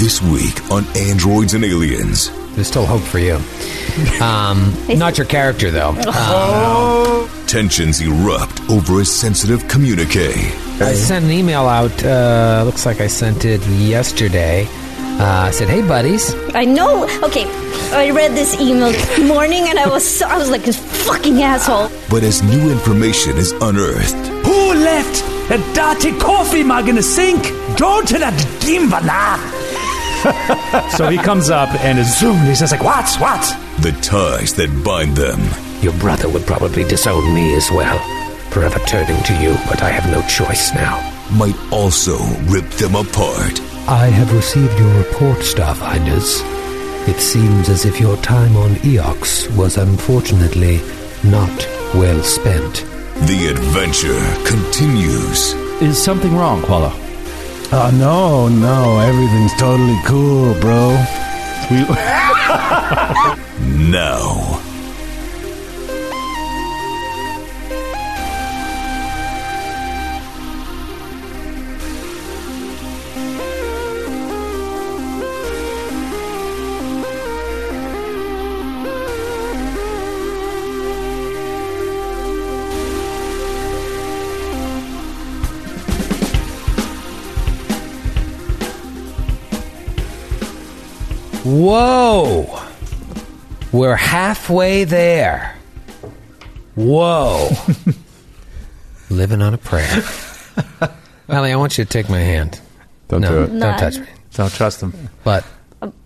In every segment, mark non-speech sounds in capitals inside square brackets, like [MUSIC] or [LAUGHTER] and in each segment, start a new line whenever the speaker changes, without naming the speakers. This week on Androids and Aliens.
There's still hope for you. Um, not your character, though.
Tensions erupt over a sensitive communique.
I sent an email out. Uh, looks like I sent it yesterday. Uh, I said, "Hey, buddies,
I know. Okay, I read this email this morning, and I was so, I was like this fucking asshole.
But as new information is unearthed,
Who left a dirty coffee mug in the sink? Go to that gimbala. so he comes up and is zoomed. He's just like, what, what?
the ties that bind them
Your brother would probably disown me as well, forever turning to you, but I have no choice now.
might also rip them apart.
I have received your report, Starfinders. It seems as if your time on Eox was unfortunately not well spent.
The adventure continues.
Is something wrong, Qualo?
Oh, no, no. Everything's totally cool, bro. [LAUGHS]
We,
Now,
whoa, we're halfway there. Whoa, [LAUGHS] living on a prayer." [LAUGHS] Ellie, I want you to take my hand.
don't
no,
do it.
No,
don't touch me.
Don't trust him.
But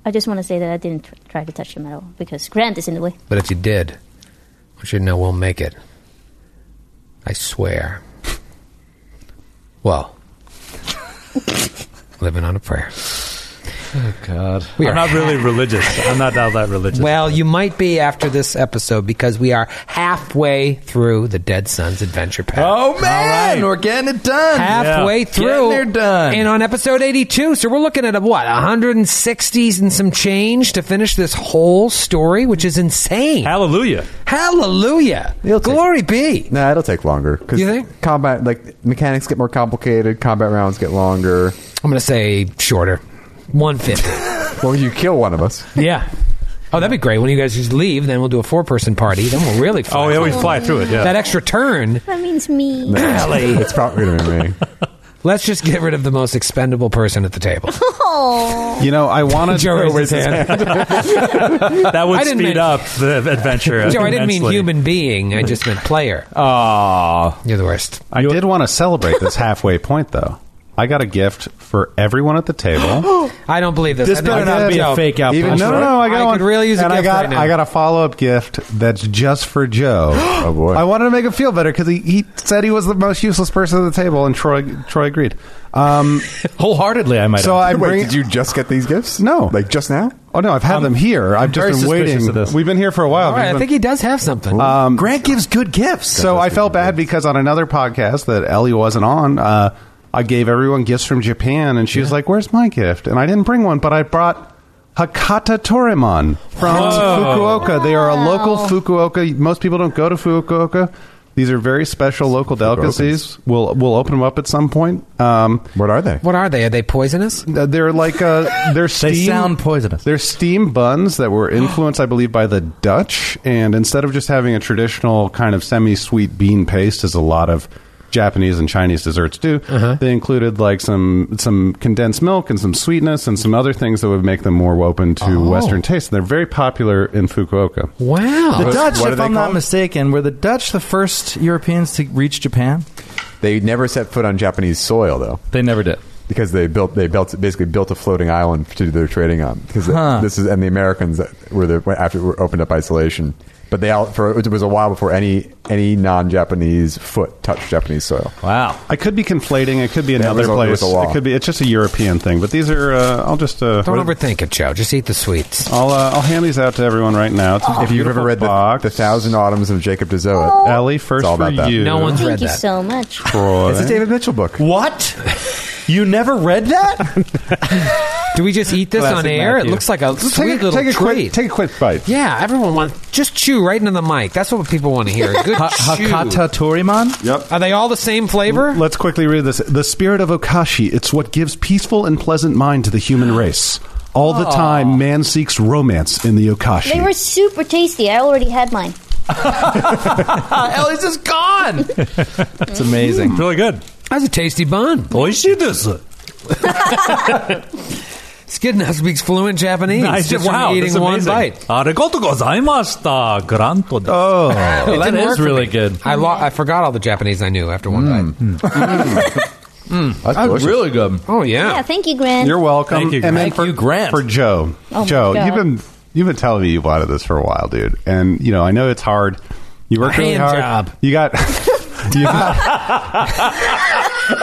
I just want to say that I didn't tr- try to touch him at all because Grant is in the way.
but if you did, I want you to know we'll make it. I swear. [LAUGHS] Well, living on a prayer.
Oh, God.
We are
I'm not really religious. I'm not all that religious.
Well, you might be after this episode because we are halfway through the Dead Sons Adventure Path.
Oh man,
right.
we're getting it done.
Halfway
Yeah.
through,
Getting there done.
and on episode eighty-two, so we're looking at a, what 160s and some change to finish this whole story, which is insane.
Hallelujah.
Hallelujah,
It'll take-
glory be.
No, it'll take longer. Cause
You think?
combat like mechanics get more complicated? Combat rounds get longer.
I'm going to say shorter,
[LAUGHS]
one fifty.
Well, you kill one of us.
Yeah. Oh, that'd be great. When you guys just leave, then we'll do a four-person party. Then we'll really fly.
Oh, yeah, we fly through it. Yeah.
That extra turn.
That means me.
It's probably gonna be me.
Let's just get rid of the most expendable person at the table.
Oh,
You know, I [LAUGHS] wanted
Joe raised his hand.
that
I
would
didn't
speed
mean-
up the adventure.
Joe, I didn't mean
immensely.
human being. I just meant player.
Aw.
You're the worst.
I did want to celebrate [LAUGHS] this halfway point, though. I got a gift for everyone at the table.
I don't believe this.
This
I think
better
that's
not be
Joe.
a fake out.
[GASPS] Even, no, no, no. I got
I
one.
could really use a
and I
gift
got,
right now.
I got a follow up gift that's just for Joe. [GASPS] oh
boy.
I wanted to make him feel better because he, he said he was the most useless person at the table, and Troy Troy agreed. Um,
Wholeheartedly, I might.
[LAUGHS] so I
Wait,
bring.
did you just get these gifts?
No.
like just now.
oh no, I've had them here. I've
very
just been
suspicious
waiting.
of this.
We've been here for a while.
All right, I think he does have something.
Uh,
um, Grant gives good gifts.
So I felt bad because on another podcast that Ellie wasn't on, uh, I gave everyone gifts from Japan, and she was like, "Where's my gift?" And I didn't bring one, but I brought Hakata Torimon from
Oh.
Fukuoka. They are a local Fukuoka. Most people don't go to Fukuoka. These are very special local delicacies. We'll we'll open them up at some point. Um,
What are they?
what are they? Are they poisonous?
they're like uh, they're steam,
They sound poisonous.
They're steam buns that were influenced, I believe, by the Dutch. And instead of just having a traditional kind of semi-sweet bean paste, as a lot of Japanese and Chinese desserts do,
Uh-huh.
they included like some some condensed milk and some sweetness and some other things that would make them more open to
Oh.
Western taste. And they're very popular in Fukuoka.
Wow.
The Dutch,
what are
if
they
I'm not
called?
mistaken, were the Dutch the first Europeans to reach Japan?
They never set foot on Japanese soil though,
They never did.
because they built they built basically built a floating island to do their trading on. Because
Huh.
this is and the Americans that were the after were opened up isolation. But they all for it was a while before any any non Japanese foot touched Japanese soil.
Wow.
I could be conflating. It could be
Yeah, it
another
was a- it
place.
was a wall.
It could be. It's just a European thing. But these are. Uh, I'll just. Uh,
Don't
what-
overthink it, Joe. Just eat the sweets.
I'll uh, I'll hand these out to everyone right now. It's a
If Oh. you've ever
beautiful
read the,
box.
the Thousand Autumns of Jacob DeZoa,
Ellie, first
It's all
for
about that.
you.
No one's read
thank you
that.
so much.
Troy.
eh? it's a David Mitchell book.
[LAUGHS]
What? You never read that?
Do we just eat this on
Classic
air? It
Matthew.
looks like a
Just
sweet
take a,
little
take a
treat.
Quick, take a quick bite.
yeah, everyone wants just chew right into the mic. That's what people want to hear. Good chew.
Hakata Toriman?
Yep.
Are they all the same flavor?
Let's quickly read this. The spirit of Okashi, it's what gives peaceful and pleasant mind to the human race. All the time, man seeks romance in the Okashi.
They were super tasty. I already had mine.
Ellie's just
[LAUGHS]
gone. it's amazing.
Really good.
That's a tasty bun.
Oishidesu.
Skid now speaks fluent Japanese.
Nice.
just
wow,
from
that's
eating one
amazing.
bite.
Arigato gozaimashita. Granto Oh,
It
that
didn't work
is
for
really
me.
good.
I lo- I forgot all the Japanese I knew after one bite.
Mm.
Mm.
[LAUGHS] That's
That's
delicious.
really good.
Oh yeah.
Yeah, thank you, Grant.
You're welcome.
Thank you,
and then
Thank
for,
you, Grant.
For Joe,
Oh, my
Joe,
God.
you've been you've been telling me you wanted this for a while, dude. And you know, I know it's hard. You work
A
really
hand
hard.
job.
You got. [LAUGHS] you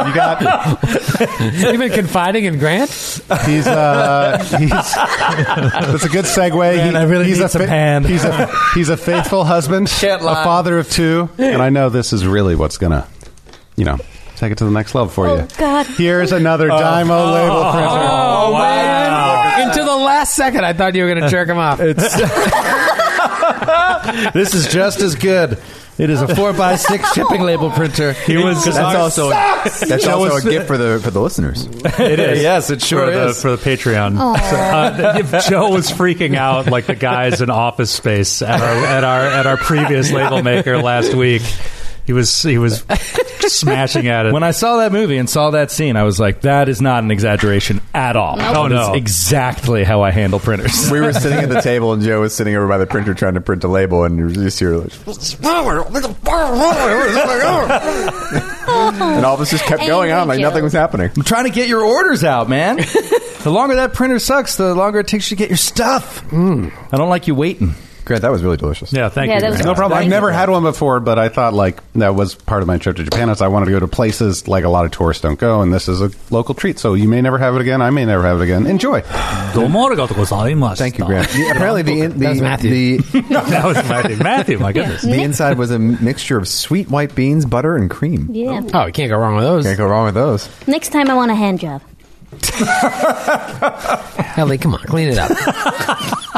got. you got.
You've been confiding in Grant.
He's. Uh, he's. That's a good segue.
I really
he's
need
a
some hand.
He's a he's a faithful
[LAUGHS]
husband,
Can't
a
lie.
father of two, and I know this is really what's gonna, you know, take it to the next level for
Oh,
you.
God.
Here's another
Uh,
Dymo label
[LAUGHS]
printer.
Oh, man! Until the last second, I thought you were going to jerk him off.
This is just as good. It is a four
[LAUGHS]
by six shipping label printer. He
was-
That's also
That's also a gift for the for the listeners.
It is.
yes, it sure
for the,
is.
for the Patreon. [LAUGHS] So, uh, if Joe was freaking out like the guys in Office Space at our at our at our previous label maker last week. He was he was smashing at it.
When I saw that movie and saw that scene, I was like, "That is not an exaggeration at all."
Oh,
That is
no.
exactly how I handle printers.
We were sitting at the table, and Joe was sitting over by the printer trying to print a label, and you just hear
[LAUGHS]
like, and all this just kept going on like
Angry Joe.
nothing was happening.
I'm trying to get your orders
[LAUGHS]
out, man. the longer that printer sucks, the longer it takes you to get your stuff.
Hmm. I don't like you waiting.
Grant, that was really delicious.
yeah, thank
Yeah,
you.
that was
Grant.
No problem. I've
Thank
never
you.
had one before, but I thought like that was part of my trip to Japan. Is I wanted to go to places like a lot of tourists don't go, and this is a local treat. So you may never have it again. I may never have it again. Enjoy.
Domo arigato gozaimashita.
Thank you, Grant. The- apparently, the the,
was Matthew.
the
[LAUGHS] that was Matthew. Matthew, my goodness.
the inside was a mixture of sweet white beans, butter, and cream.
yeah.
Oh, you can't go wrong with those.
Can't go wrong with those.
Next time I want a hand job.
Ellie, come on, clean it up.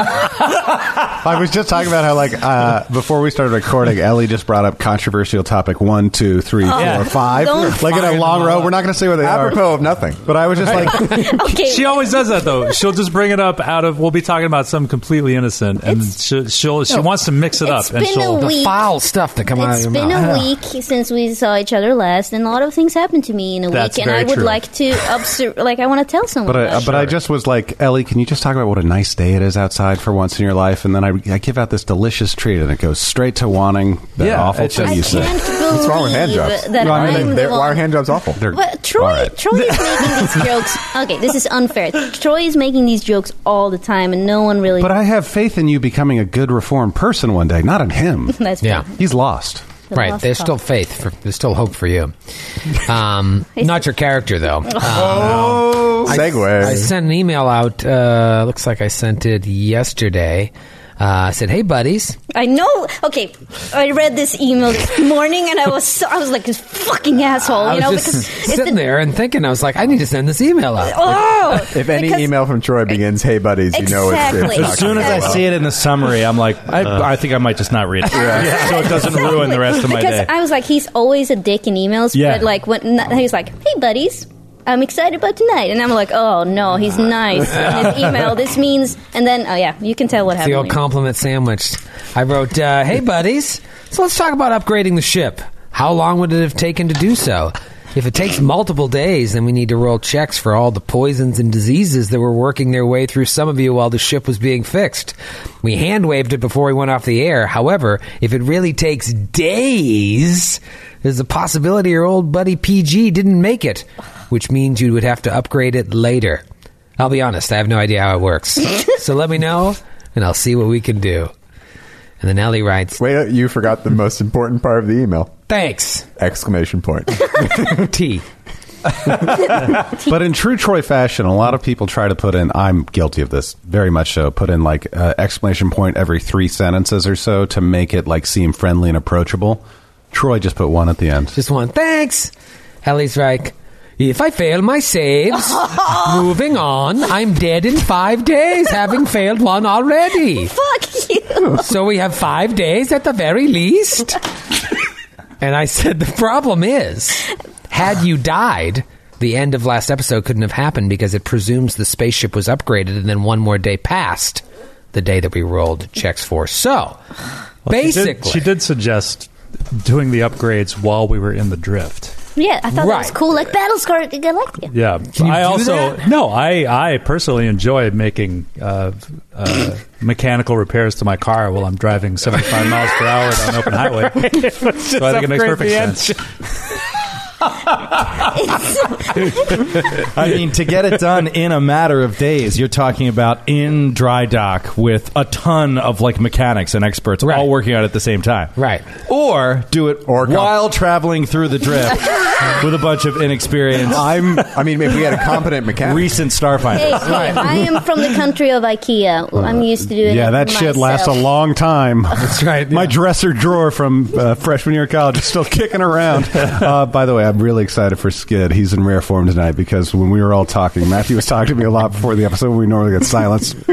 I was just talking about how like uh, before we started recording, Ellie just brought up controversial topic one, two, three, four,
Yeah.
five.
Don't
Like in a long row. We're not going to say what they
Apropos
are.
of nothing.
But I was
[LAUGHS]
just like,
Okay.
She always does that though. She'll just bring it up out of. We'll be talking about something completely innocent, and she'll, she'll she wants to mix it up,
It's
and
been a
she'll.
week.
Foul stuff that come out of
It's
your
been
mouth.
a week since we saw each other last, and a lot of things happened to me in a
That's
week. And
very
I would
true.
like to, obser- like, I want to tell someone.
but I,
about
but I just was like, Ellie, can you just talk about what a nice day it is outside for once in your life? And then I, I give out this delicious treat, and it goes straight to wanting that
Yeah,
awful
it's
thing
it. I
you
can't
said.
believe
What's wrong with hand jobs?
that
Well, I mean,
I'm the
they-
They- why are
one-
hand jobs awful?
They're-
But Troy,
all right.
Troy is making these jokes. Okay, this is unfair. Troy is making these jokes all the time, and no one really.
But I have faith in you becoming a good reformed person one day, not in him.
[LAUGHS] that's
Yeah.
fine.
He's lost.
The
Right,
lost
there's
cause.
still faith. For, there's still hope for you. Um, not your character, though.
Oh, segue.
I sent an email out. Uh, looks like I sent it yesterday. Uh, I said, "Hey, buddies,
I know. Okay, I read this email this morning, and I was so, I was like this fucking asshole,
I
you
was
know,
just
because it's
sitting
the-
there and thinking. I was like, I need to send this email out.
[LAUGHS] Oh,
If any
because-
email from Troy begins, "Hey buddies," you know it's, it's
Exactly.
not
As soon as
gonna
I
go well.
see it in the summary, I'm like,
uh,
I, I think I might just not read
[LAUGHS]
it, so it doesn't ruin the rest of my
because
day.
I was like, he's always a dick in emails,
Yeah.
but like when he's like, "Hey buddies, I'm excited about tonight," and I'm like, "Oh no, he's nice in his email. This means," and then oh yeah, you can tell what
The
happened.
old compliment sandwich. I wrote, uh, "Hey, buddies, so let's talk about upgrading the ship. How long would it have taken to do so?" If it takes multiple days, then we need to roll checks for all the poisons and diseases that were working their way through some of you while the ship was being fixed. We hand waved it before we went off the air. However, if it really takes days, there's a possibility your old buddy PG didn't make it, which means you would have to upgrade it later. I'll be honest, I have no idea how it works. so let me know, and I'll see what we can do. And then Ellie writes,
Wait, uh, you forgot the most important part of the email!
Thanks,
[LAUGHS]
Exclamation point.
T.
But in true Troy fashion, a lot of people try to put in, I'm guilty of this very much so, put in like uh, exclamation point every three sentences or so to make it like seem friendly and approachable. Troy just put one at the end.
Just one. Thanks. Ellie's like, If I fail my saves, moving on, I'm dead in five days, having failed one
[LAUGHS]
already.
Fuck you.
So we have five days at the very least. And I said, the problem is, had you died, the end of last episode couldn't have happened because it presumes the spaceship was upgraded and then one more day passed the day that we rolled checks for. So, basically.
she did, she did suggest doing the upgrades while we were in the drift.
Yeah, I thought that was
Right.
cool, like Battlescar Galactica.
Yeah,
you
I
do
also no. I I personally enjoy making uh, uh, mechanical repairs to my car while I'm driving 75 miles per hour on an
[LAUGHS]
open highway. so I
Let's just
think it makes
upgrade
perfect
the
sense.
I mean, to get it done in a matter of days, you're talking about in dry dock with a ton of like mechanics and experts all working on it at the same time.
Right.
Or do it while traveling through the drift with a bunch of inexperienced.
I'm. I mean, if we had a competent mechanic,
recent
Hey, hey,
starfinders.
I am from the country of IKEA. I'm used to doing
yeah,
it
that shit lasts a
myself.
long time. That's
right.
My dresser drawer from uh, freshman year of college is still kicking around. Uh, by the way, I'm really excited for Skid. He's in rare form tonight because when we were all talking, Matthew was talking to me a lot before the episode. We normally get silence. [LAUGHS]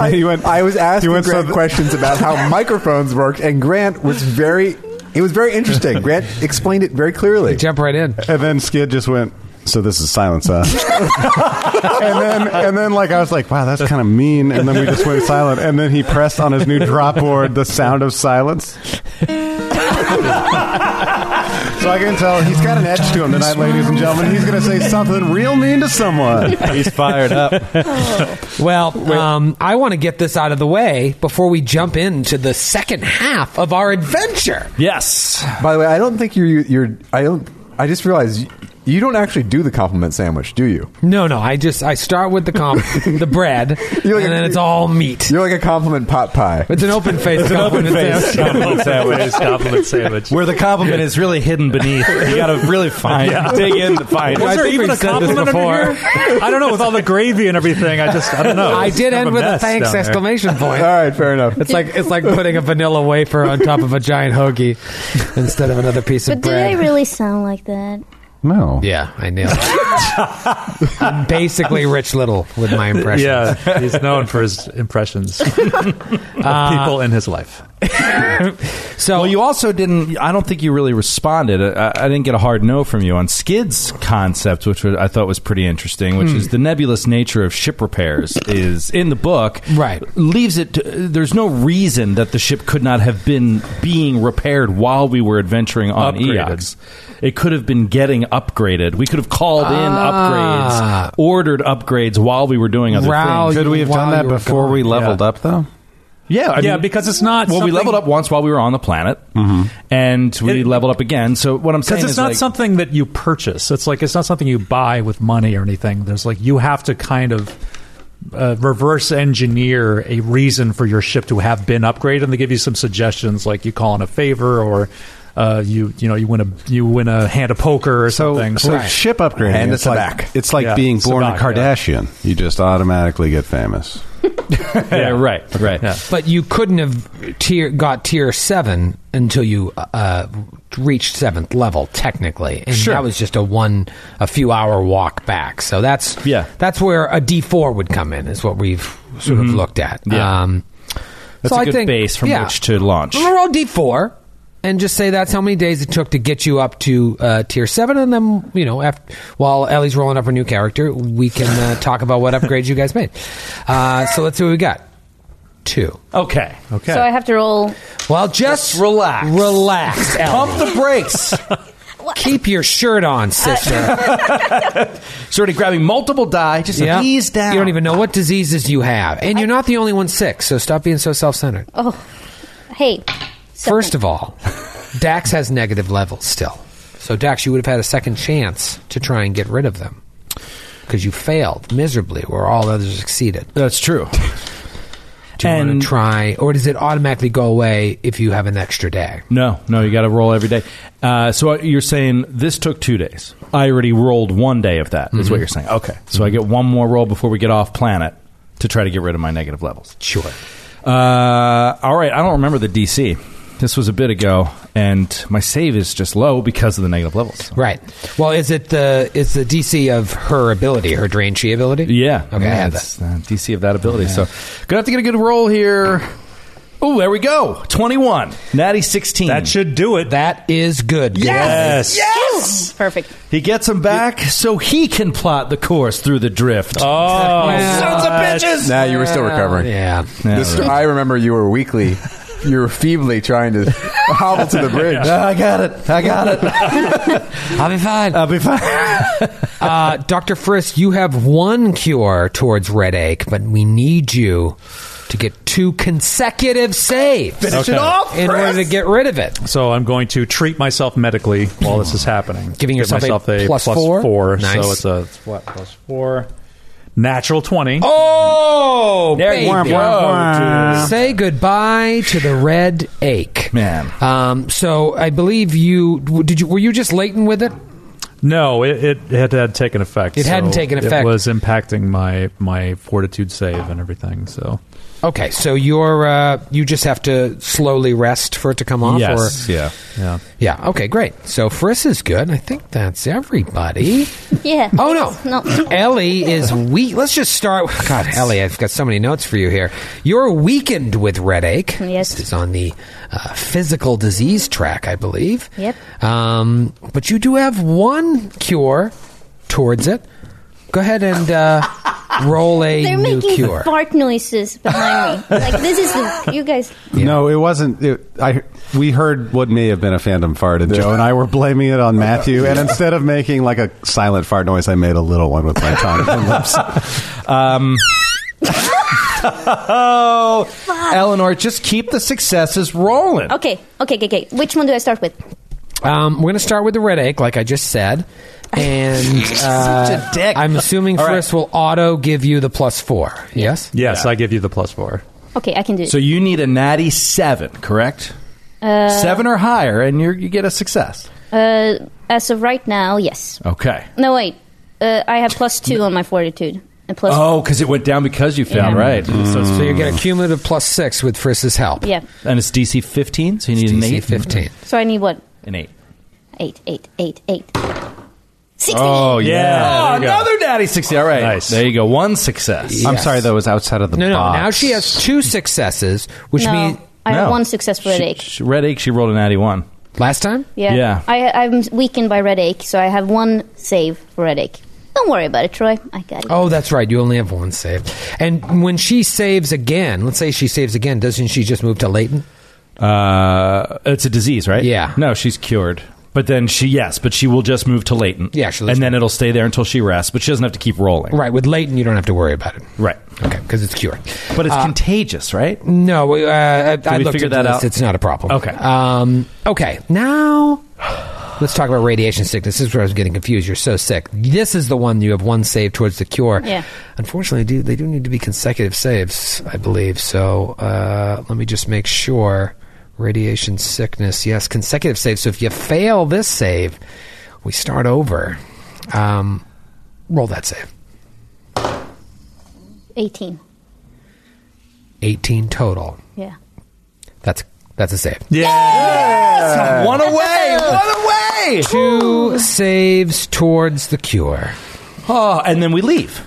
I, I was asking
went
Grant
some-
questions about how microphones worked, and Grant was very. It was very interesting. Grant explained it very clearly.
Jump right in.
And then Skid just went. So this is silence, huh? [LAUGHS] and then, and then, like I was like, "Wow, that's kind of mean." And then we just went silent. And then he pressed on his new drop board the sound of silence. So I can tell he's got an edge to him tonight, ladies and gentlemen. He's going to say something real mean to someone.
He's fired up.
[LAUGHS]
Well, um, I want to get this out of the way before we jump into the second half of our adventure.
Yes.
By the way, I don't think you're. You're. I don't. I just realized you, you don't actually do the compliment sandwich, do you?
No, no, I just I start with the
[LAUGHS]
comp, the bread, and then it's all meat.
You're like a compliment pot pie.
It's an open face.
It's an open face compliment sandwich.
compliment sandwich.
Where the compliment is really hidden beneath. You got to really find
[LAUGHS] Yeah.
Dig in to find
Was
I
there
think
even
we've
a
said this
compliment under here? I don't know. With all the gravy and everything, I just I don't know.
I did end with a thanks exclamation point.
All right, fair enough.
It's like it's like putting a vanilla wafer on top of a giant hoagie instead of another piece of
But do
bread.
they really sound like that?
No.
yeah, I nailed it. I'm basically Rich Little with my impression.
Yeah, he's known for his impressions of
[LAUGHS] Uh,
people in his life.
So
well, you also didn't. I don't think you really responded. I, I didn't get a hard no from you on Skid's concept, which was- I thought was pretty interesting.
Hmm.
Which is the nebulous nature of ship repairs is in the book,
Right.
Leaves it. To, there's no reason that the ship could not have been being repaired while we were adventuring on
Upgraded.
Eox. It could have been getting upgraded. We could have called
Ah.
in upgrades, ordered upgrades while we were doing other
Wow,
things.
you-
Could we have done
While
that
you were
Oh, before
gone.
we leveled up, though?
Yeah, I
Yeah,
mean-
because it's not.
well, we
something-
leveled up once while we were on the planet, and we
It-
leveled up again. So what I'm saying
because it's
is
not
like,
something that you purchase. It's like it's not something you buy with money or anything. There's like you have to kind of uh, reverse engineer a reason for your ship to have been upgraded, and they give you some suggestions like you call in a favor or uh, you you know you win a you win a hand of poker or something.
So
Right.
ship upgrading.
And
it's
a
like
sabac.
it's like
Yeah,
being born a
sabac, yeah.
Kardashian. You just automatically get famous.
yeah, right, right.
But you couldn't have tier, got tier seven until you uh, reached seventh level, technically, and that was just a one, a few hour walk back. So that's
Yeah.
that's where a D four would come in, is what we've sort of looked at.
Mm-hmm. Yeah.
Um,
That's
so
a
I
good
think,
base from
yeah.
which to launch.
I'm gonna roll D four and just say that's how many days it took to get you up to uh, tier seven, and then you know, after, while Ellie's rolling up her new character, we can uh, talk about what upgrades you guys made. Uh, so let's see what we got. Two.
Okay, okay.
So I have to roll.
Well, just relax. Relax.
Pump the [LAUGHS] Uh, brakes.
Keep your shirt on, sister.
She's already grabbing multiple die. Just
Yeah.
[LAUGHS] ease down.
You don't even know what diseases you have. And you're not the only one sick, so stop being so self centered.
oh, Hey,
First of all, [LAUGHS] Dax has negative levels still. So, Dax, you would have had a second chance to try and get rid of them because you failed miserably where all others succeeded.
That's
[LAUGHS]
true.
Do you want
And-
to try, or does it automatically go away if you have an extra day?
No, no, you got to roll every day. Uh, so you're saying this took two days. I already rolled one day of that. Is
Mm-hmm.
what you're saying. Okay, so I get one more roll before we get off planet to try to get rid of my negative levels.
Sure.
Uh, all right, I don't remember the DC. This was a bit ago, and my save is just low because of the negative levels.
Right. Well, is it the it's the DC of her ability, her drain chi ability?
Yeah.
Okay, I had
it's, uh, DC of that ability. So gonna have to get a good roll here. Oh, there we go. Twenty-one. Natty sixteen. That
should do it.
That is good.
Yes.
Yes. Perfect.
He gets him back so he can plot the course through the drift.
Oh,
sons of bitches!
Nah, you were still recovering.
Yeah.
This- I remember you were weakly. You were feebly trying to hobble to the bridge.
I got it. I got it.
I'll be fine.
I'll be fine.
Uh, Dr. Frisk, you have one cure towards red ache, but we need you to get two consecutive saves
Finish it Okay. off,
in order to get rid of it.
So I'm going to treat myself medically while this is happening.
Giving
Give
yourself a plus
myself
four? Nice.
So it's a it's what plus four? Natural twenty.
Oh,
There
baby. Oh,
you go, dude.
Say goodbye to the red ache,
Man.
Um, so I believe you w- did. You were you just latent with it?
No, it, it, it had taken effect.
It hadn't taken effect.
It was impacting my my fortitude save and everything. So
Okay, so you're uh, you just have to slowly rest for it to come off.
yes,
or,
yeah, yeah.
yeah. Okay, great. So Friss is good. I think that's everybody.
Yeah.
Oh no.
No.
Ellie is weak. Let's just start. With, God, Ellie, I've got so many notes for you here. You're weakened with red ache.
Yes.
this is on the uh, physical disease track, I believe.
Yep.
Um, but you do have one cure towards it. Go ahead and uh,
[LAUGHS]
roll a
They're
new
making
cure.
fart noises behind me. like this is the you guys.
No, it wasn't. It, I we heard what may have been a phantom fart, and Joe and I were blaming it on Matthew. And instead of making like a silent fart noise, I made a little one with my tongue and lips.
Um, [LAUGHS] Oh, Eleanor, just keep the successes rolling.
Okay, okay, okay, okay. Which one do I start with?
Um, we're going to start with the red ache, like I just said. And
[LAUGHS]
uh,
dick.
I'm assuming
right.
Friss will auto give you the plus four. Yes?
Yes, I give you the plus four.
Okay, I can do it.
So you need a natty seven, correct? Uh, seven or higher, and you're, you get a success.
uh, as of right now, yes.
Okay.
No, wait. Uh, I have plus two on my fortitude. And plus,
Oh, because it went down because you found
Yeah.
right,
So, so you
Mm.
get a cumulative plus six with Friss's help.
yeah.
and it's DC fifteen, so you need an
DC
eight,
15.
So I need what?
an eight.
Eight, eight, eight, eight. Sixteen.
Oh yeah,
oh, another natty sixty. All right,
Nice.
There you go, one success.
I'm
Yes.
sorry, that was outside of the
No, no.
box.
Now she has two successes, which
no,
means
I have
No.
Uh, one successful red
She-
ache.
she- red ache. She rolled a natty one.
last time.
yeah.
yeah.
I, I'm weakened by red ache, so I have one save for red ache. Don't worry about it, Troy. I got it.
Oh, that's right. You only have one save. And when she saves again, let's say she saves again, doesn't she just move to Leighton?
Uh, it's a disease, right?
Yeah.
No, she's cured. But then she, yes, but she will just move to Leighton.
Yeah, she'll just-
and then it'll stay there until she rests. But she doesn't have to keep rolling.
Right. With Leighton, you don't have to worry about it.
Right.
Okay, because it's cured.
But
Uh,
it's contagious, right?
No, we, uh, I, I
we
looked
figure
into
that
this.
out?
It's not a problem.
Okay.
Um, okay. Now, let's talk about radiation sickness. This is where I was getting confused. You're so sick. This is the one you have one save towards the cure.
Yeah.
Unfortunately, do they do need to be consecutive saves, I believe. So uh, let me just make sure. Radiation sickness. Yes, consecutive saves. So if you fail this save, we start over. Um, roll that save.
18.
18 total.
Yeah.
That's that's a save. uh, [LAUGHS]
One away, one away.
two saves towards the cure.
Oh, and then we leave.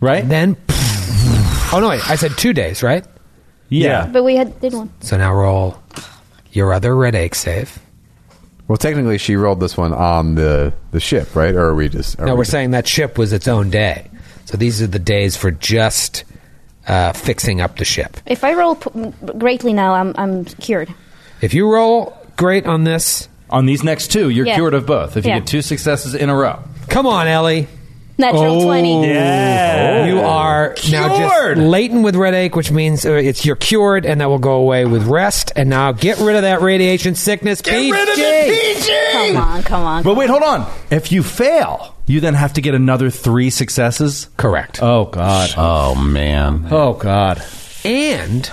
Right?
Then, oh no, wait, I said two days, right?
yeah.
But we had did one.
So now roll your other red ache save.
Well, technically, she rolled this one on the, the ship, right? Or are we just? Are
No,
we
we're
just-
saying that ship was its own day. So these are the days for just uh, fixing up the ship.
If I roll p- m- greatly now, I'm, I'm cured.
If you roll great on this,
On these next two, you're
Yeah.
cured of both. If you
Yeah.
get two successes in a row,
come on, Ellie.
Natural 20.
You are now just
Oh. Cured!
latent with red ache, which means uh, it's you're cured, and that will go away with rest. And now get rid of that radiation sickness. Get
Come on, come on.
But wait, hold on. If you fail, you then have to get another three successes.
Correct.
Oh God.
Oh man!
Oh God.
and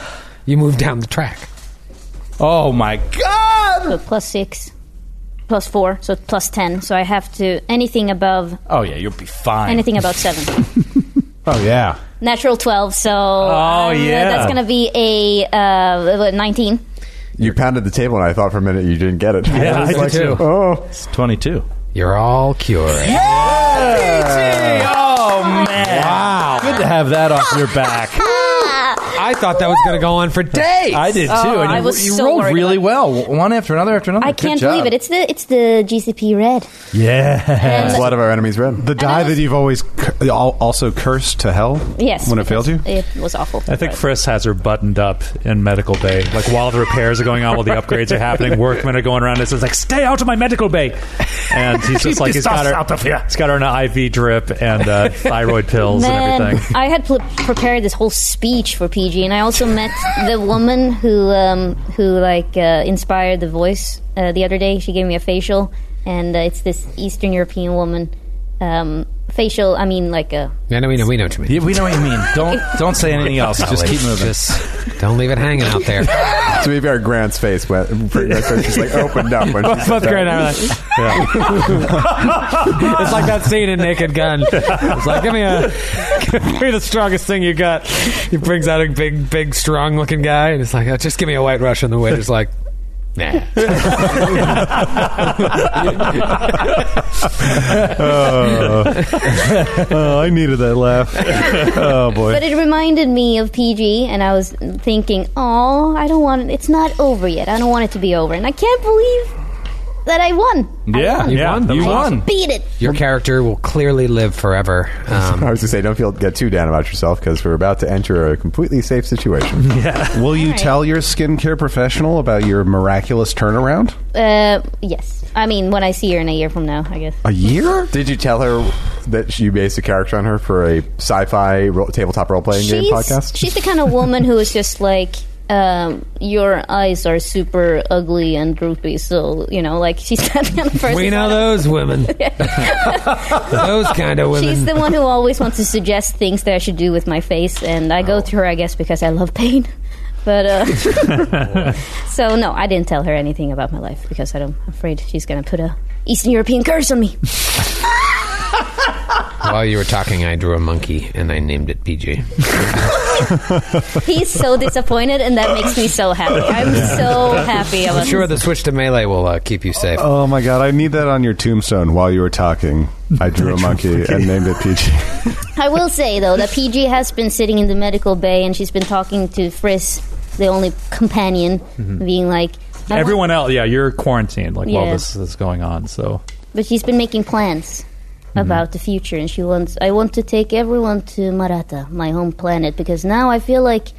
you move down the track.
Oh my God.
So plus 6, plus 4, so plus 10. So I have to anything above
Oh yeah, you'll be fine.
anything about 7.
[LAUGHS] Oh yeah!
Natural 12, so Oh
yeah.
uh, that's going to be a uh, what, 19.
You pounded the table, and I thought for a minute you didn't get it.
Yeah,
I was
I did too.
Oh,
it's [LAUGHS] twenty-two.
You're all cured.
Oh man! Wow, good to have that off your back.
[LAUGHS]
[LAUGHS]
I thought that was going to go on for days.
I did too.
Oh,
and
I
you,
was
you
so
rolled
worried
really well.
One after another after another.
I can't believe it. It's the it's the GCP red.
Yeah.
And-
blood of our enemies red. [LAUGHS]
The die that you've always cu- al- also cursed to hell.
Yes.
When it failed you.
It was awful.
I
Right.
think Friss has her buttoned up in medical bay. Like while the repairs are going on, while the upgrades are [LAUGHS] happening, workmen are going around. It's just like, stay out of my medical bay. And [LAUGHS] he's just like, he's got her, out of here. he's got her an IV drip and uh, [LAUGHS] thyroid pills
Man,
and
[LAUGHS]
everything.
I had pl- prepared this whole speech for PG, and I also met the woman who um, who like uh, inspired the voice uh, the other day. She gave me a facial, and uh, it's this Eastern European woman. Um, facial, I mean, like uh, a
Yeah, no, we know, we know what you mean.
Yeah, we know what you mean.
[LAUGHS]
Don't don't say anything else. Just keep moving.
Just don't leave it hanging out
[LAUGHS]
there.
To be fair, Grant's face went pretty much. She's like opened up when she said that.
[LAUGHS] It's like that scene in Naked Gun. It's like, give me a, [LAUGHS] give me the strongest thing you got. He brings out a big, big, strong-looking guy, and it's like, oh, just give me a White Russian. The waiter's like, nah.
Oh, I needed that laugh. oh boy.
But it reminded me of PG, and I was thinking, oh, I don't want it. It's not over yet. I don't want it to be over. And I can't believe that I won.
Yeah,
You
Yeah,
won.
that
you
was
won.
Beat it.
Your character will clearly live forever. Um,
I was going to say, don't feel get too down about yourself because we're about to enter a completely safe situation.
Will you
Alright.
tell your skincare professional about your miraculous turnaround?
Uh, yes. I mean, when I see her in a year from now, I guess.
A year?
Did you tell her that you based a character on her for a sci-fi ro- tabletop role-playing game podcast?
she's the kind of woman who is just like, um, your eyes are super ugly and droopy. So, you know, like, she's that kind of person.
we know those women.
[LAUGHS]
those kind of women.
She's the one who always wants to suggest things that I should do with my face, and I
Oh.
go to her, I guess, because I love pain. [LAUGHS] But uh,
[LAUGHS]
so no, I didn't tell her anything about my life because I don't, I'm afraid she's gonna put a Eastern European curse on
[LAUGHS]
me.
While you were talking, I drew a monkey and I named it PG.
He's so disappointed, and that makes me so happy. I'm so happy about
I'm sure
this.
the switch to melee will uh, keep you safe.
Oh my god, I need that on your tombstone while you were talking. I drew a monkey and named it Peachy.
I will say though that PG has been sitting in the medical bay, and she's been talking to Friss, the only companion, being like. "I want-"
Everyone else, yeah, you're quarantined like while
Yeah.
this is going on. [LAUGHS] So
but she's been making plans about the future and she wants i want to take everyone to marata my home planet because now i feel like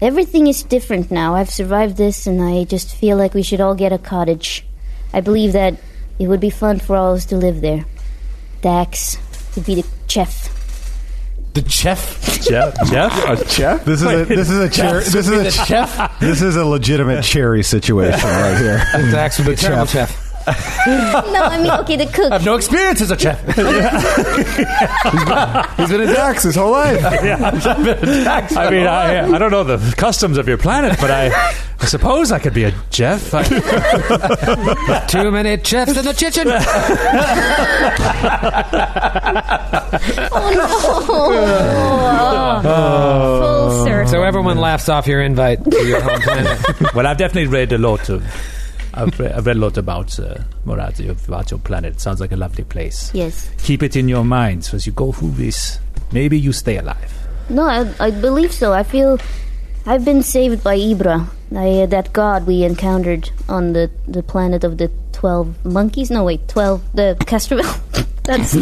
everything is different now i've survived this and i just feel like we should all get a cottage i believe that it would be fun for all of us to live there dax would be the chef
The chef.
Jeff, Jeff,
Jeff,
This is a this is a cher- this is a chef. This is a legitimate cherry situation right
[LAUGHS]
here.
Dax would be a terrible chef.
no i mean okay the cook
No experience as a chef.
He's been a Dax his whole life.
I mean, I, I don't know the customs of your planet, but I, I suppose I could be a Jeff. I,
Too many chefs in the kitchen. [LAUGHS]
oh, full circle
So everyone laughs off your invite to your home [LAUGHS] planet.
well, I've definitely read a lot of. I've read, I've read a lot about uh, Morati, about your planet. It sounds like a lovely place.
yes
Keep it in your minds as you go through this. Maybe you stay alive.
No, I, I believe so. I feel I've been saved by Ibra, I, uh, that god we encountered on the, the planet of the twelve monkeys. No, wait, twelve the Castroville. [LAUGHS] That's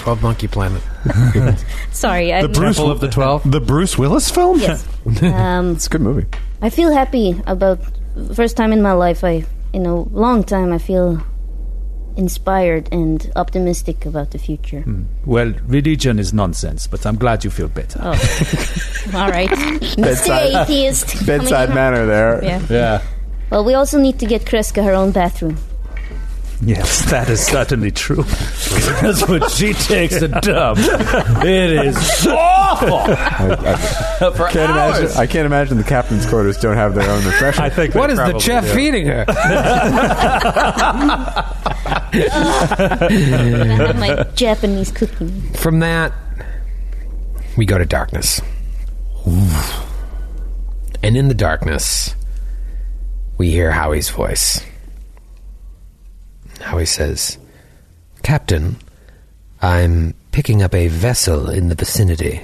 12 Monkey Planet.
sorry. I,
Temple of the Twelve, the Bruce Willis
[LAUGHS]
film.
yes. Um,
It's a good movie.
I feel happy about first time in my life. I in a long time I feel inspired and optimistic about the future.
Hmm.
Well, religion is nonsense, but I'm glad you feel better.
[LAUGHS]
Oh.
All
[LAUGHS]
right, Mr.
Bedside- [LAUGHS]
Atheist. coming
Bedside
out.
manner there.
Yeah.
Yeah.
Well, we also need to get Kreska her own bathroom.
Yes, that is certainly true. [LAUGHS] That's when she takes a dump. It is awful.
I can't imagine. I can't imagine the captain's quarters don't have their own refreshment.
think
What
they
is the
probably
chef
do.
feeding her?
I have my Japanese cooking.
From that, we go to darkness. And in the darkness, we hear Howie's voice. Howie says, Captain, I'm picking up a vessel in the vicinity.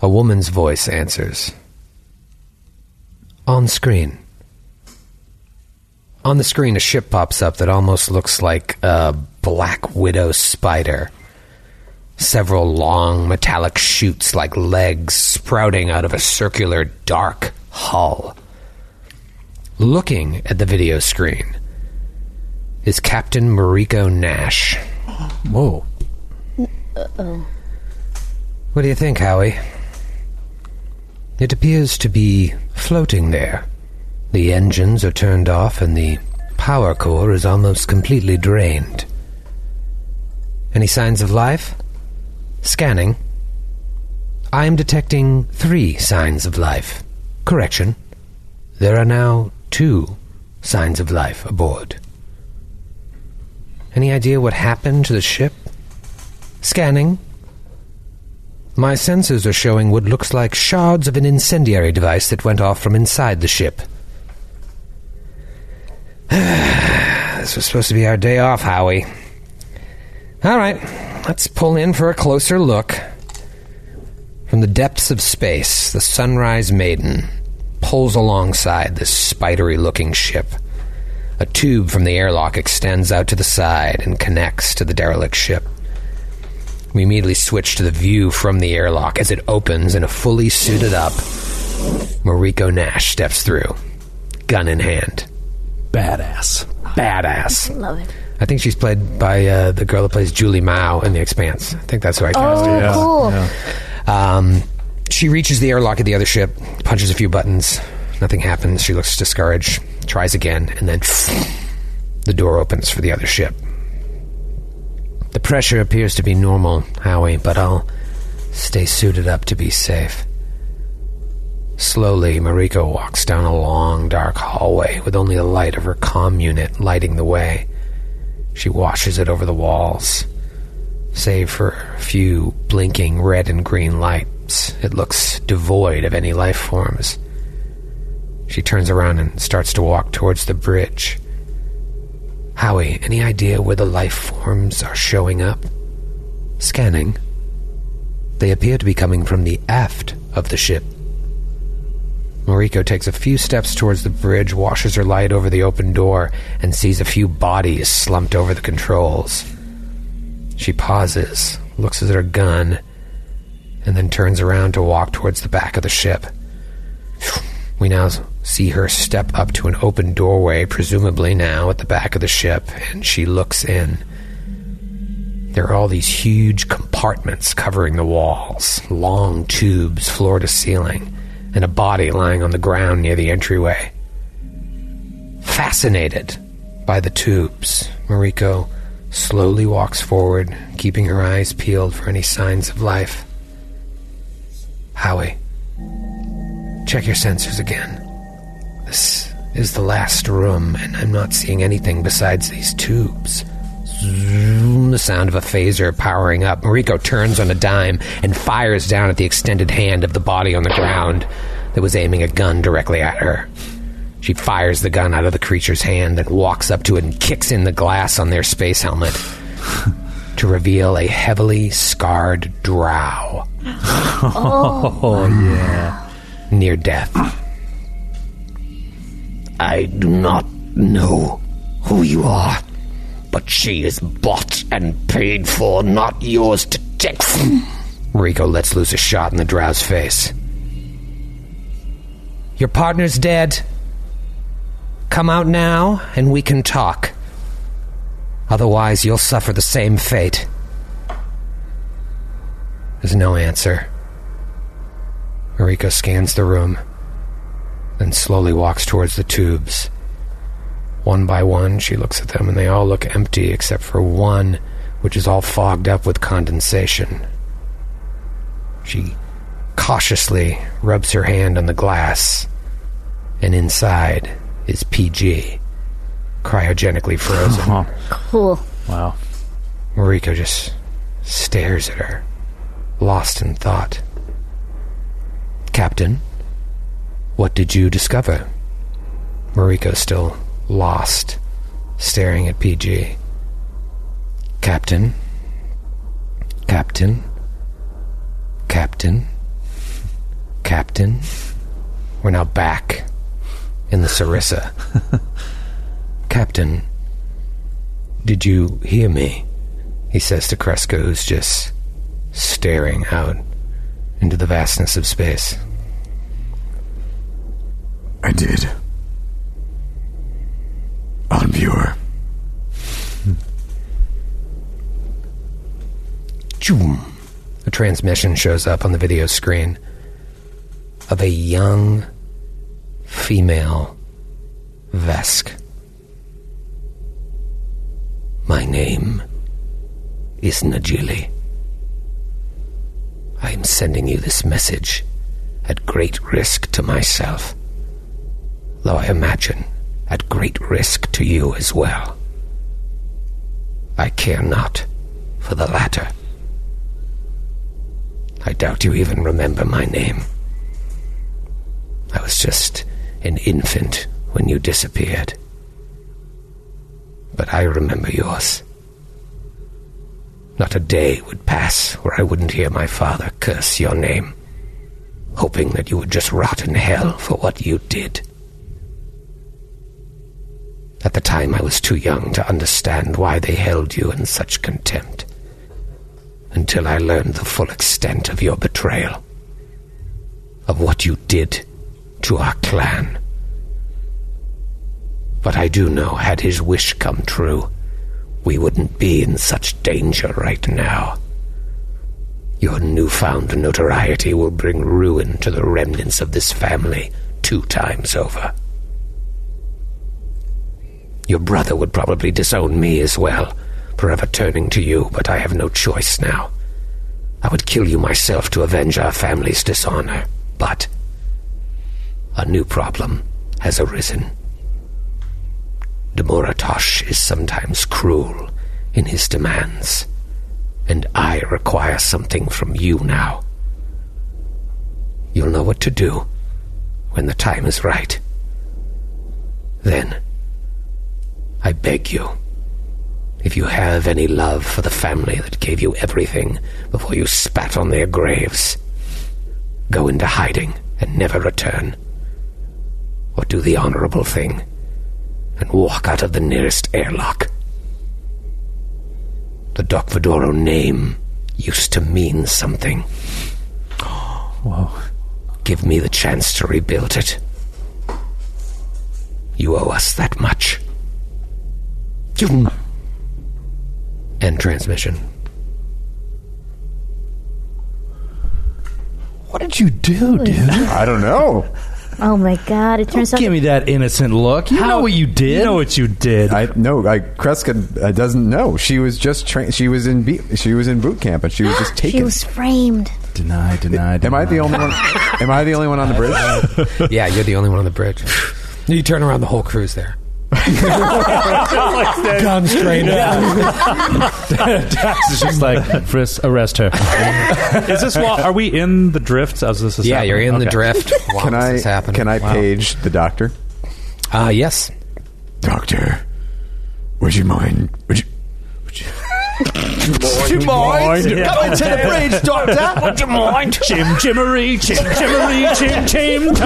A woman's voice answers. On screen. On the screen, a ship pops up that almost looks like a black widow spider. Several long metallic shoots like legs sprouting out of a circular dark hull. Looking at the video screen is Captain Mariko Nash. Whoa.
Uh-oh.
What do you think, Howie? It appears to be floating there. The engines are turned off and the power core is almost completely drained. Any signs of life? Scanning. I am detecting three signs of life. Correction. There are now two signs of life aboard. Any idea what happened to the ship? Scanning. My sensors are showing what looks like shards of an incendiary device that went off from inside the ship. this was supposed to be our day off, Howie. All right, let's pull in for a closer look. From the depths of space, the Sunrise Maiden pulls alongside this spidery looking ship. A tube from the airlock extends out to the side and connects to the derelict ship. We immediately switch to the view from the airlock as it opens and a fully suited up Mariko Nash steps through, gun in hand. Badass. Badass.
Love it.
I think she's played by uh, the girl that plays Julie Mao in The Expanse. I think that's who I cast.
Oh,
her as.
cool.
Um, she reaches the airlock of the other ship, punches a few buttons. Nothing happens. She looks discouraged, tries again, and then [SNIFFS] the door opens for the other ship. The pressure appears to be normal, Howie, but I'll stay suited up to be safe. Slowly, Mariko walks down a long, dark hallway with only the light of her comm unit lighting the way. She washes it over the walls. Save for a few blinking red and green lights, it looks devoid of any life forms. She turns around and starts to walk towards the bridge. Howie, any idea where the life forms are showing up? Scanning. They appear to be coming from the aft of the ship. Moriko takes a few steps towards the bridge, washes her light over the open door, and sees a few bodies slumped over the controls. She pauses, looks at her gun, and then turns around to walk towards the back of the ship. We now see her step up to an open doorway, presumably now at the back of the ship, and she looks in. There are all these huge compartments covering the walls, long tubes floor to ceiling, and a body lying on the ground near the entryway. Fascinated by the tubes, Mariko slowly walks forward, keeping her eyes peeled for any signs of life. Howie, check your sensors again. This is the last room, and I'm not seeing anything besides these tubes. Zoom, the sound of a phaser powering up. Mariko turns on a dime and fires down at the extended hand of the body on the ground that was aiming a gun directly at her. She fires the gun out of the creature's hand and walks up to it and kicks in the glass on their space [LAUGHS] helmet to reveal a heavily scarred drow. [LAUGHS] Oh, yeah. Near death.
I do not know who you are, but she is bought and paid for, not yours to take.
[LAUGHS] Rico lets loose a shot in the drow's face. Your partner's dead. Come out now, and we can talk. Otherwise, you'll suffer the same fate. There's no answer. Mariko scans the room, then slowly walks towards the tubes. One by one, she looks at them, and they all look empty except for one, which is all fogged up with condensation. She cautiously rubs her hand on the glass, and inside is PG, cryogenically frozen.
Cool.
wow. Mariko just stares at her, lost in thought. Captain, what did you discover?
Mariko's still lost, staring at PG. Captain. Captain. Captain. Captain. We're now back in the Sarissa. Captain, did you hear me? He says to Kreska, who's just staring out into the vastness of space.
I did. On viewer.
Choom. A transmission shows up on the video screen of a young female Vesk. My name is Najili. I am sending you this message at great risk to myself, though I imagine at great risk to you as well. I care not for the latter. I doubt you even remember my name. I was just an infant when you disappeared. But I remember yours. Not a day would pass where I wouldn't hear my father curse your name, hoping that you would just rot in hell for what you did. At the time, I was too young to understand why they held you in such contempt, until I learned the full extent of your betrayal, of what you did to our clan. But I do know, had his wish come true, we wouldn't be in such danger right now. Your newfound notoriety will bring ruin to the remnants of this family two times over. Your brother would probably disown me as well, forever turning to you, but I have no choice now. I would kill you myself to avenge our family's dishonor, but a new problem has arisen. Demora Tosh is sometimes cruel in his demands, and I require something from you now. You'll know what to do when the time is right. Then, I beg you, if you have any love for the family that gave you everything before you spat on their graves, go into hiding and never return. Or do the honorable thing and walk out of the nearest airlock. The Doc Fedoro name used to mean something. Whoa. Give me the chance to rebuild it. You owe us that much. End [LAUGHS] transmission.
What did you do,
dude?
I don't know.
Oh my god! It turns out
Give me that innocent look. You know what you did.
You know
what you did.
I no, I Kreska uh, doesn't know. She was just trained. She was in be- she was in boot camp and she was just taken.
she was framed.
deny, deny,
Am I the only one? Am I the only one on
[LAUGHS]
the bridge?
yeah, you're the only one on the bridge. You turn around, the whole crew's there.
Guns
trained
Dax
is just like, Frisk, arrest her.
is this while, are we in the drift as this is
Yeah,
happening?
you're in the [LAUGHS] drift while
can
this
I
is happening.
can I
Wow.
page the doctor?
Ah, yes.
Doctor, would you mind? Would you? Would
you mind?
Come into the bridge, Doctor.
Would you mind? Jim Jimmery, Jim Jimmery, Jim Jim
This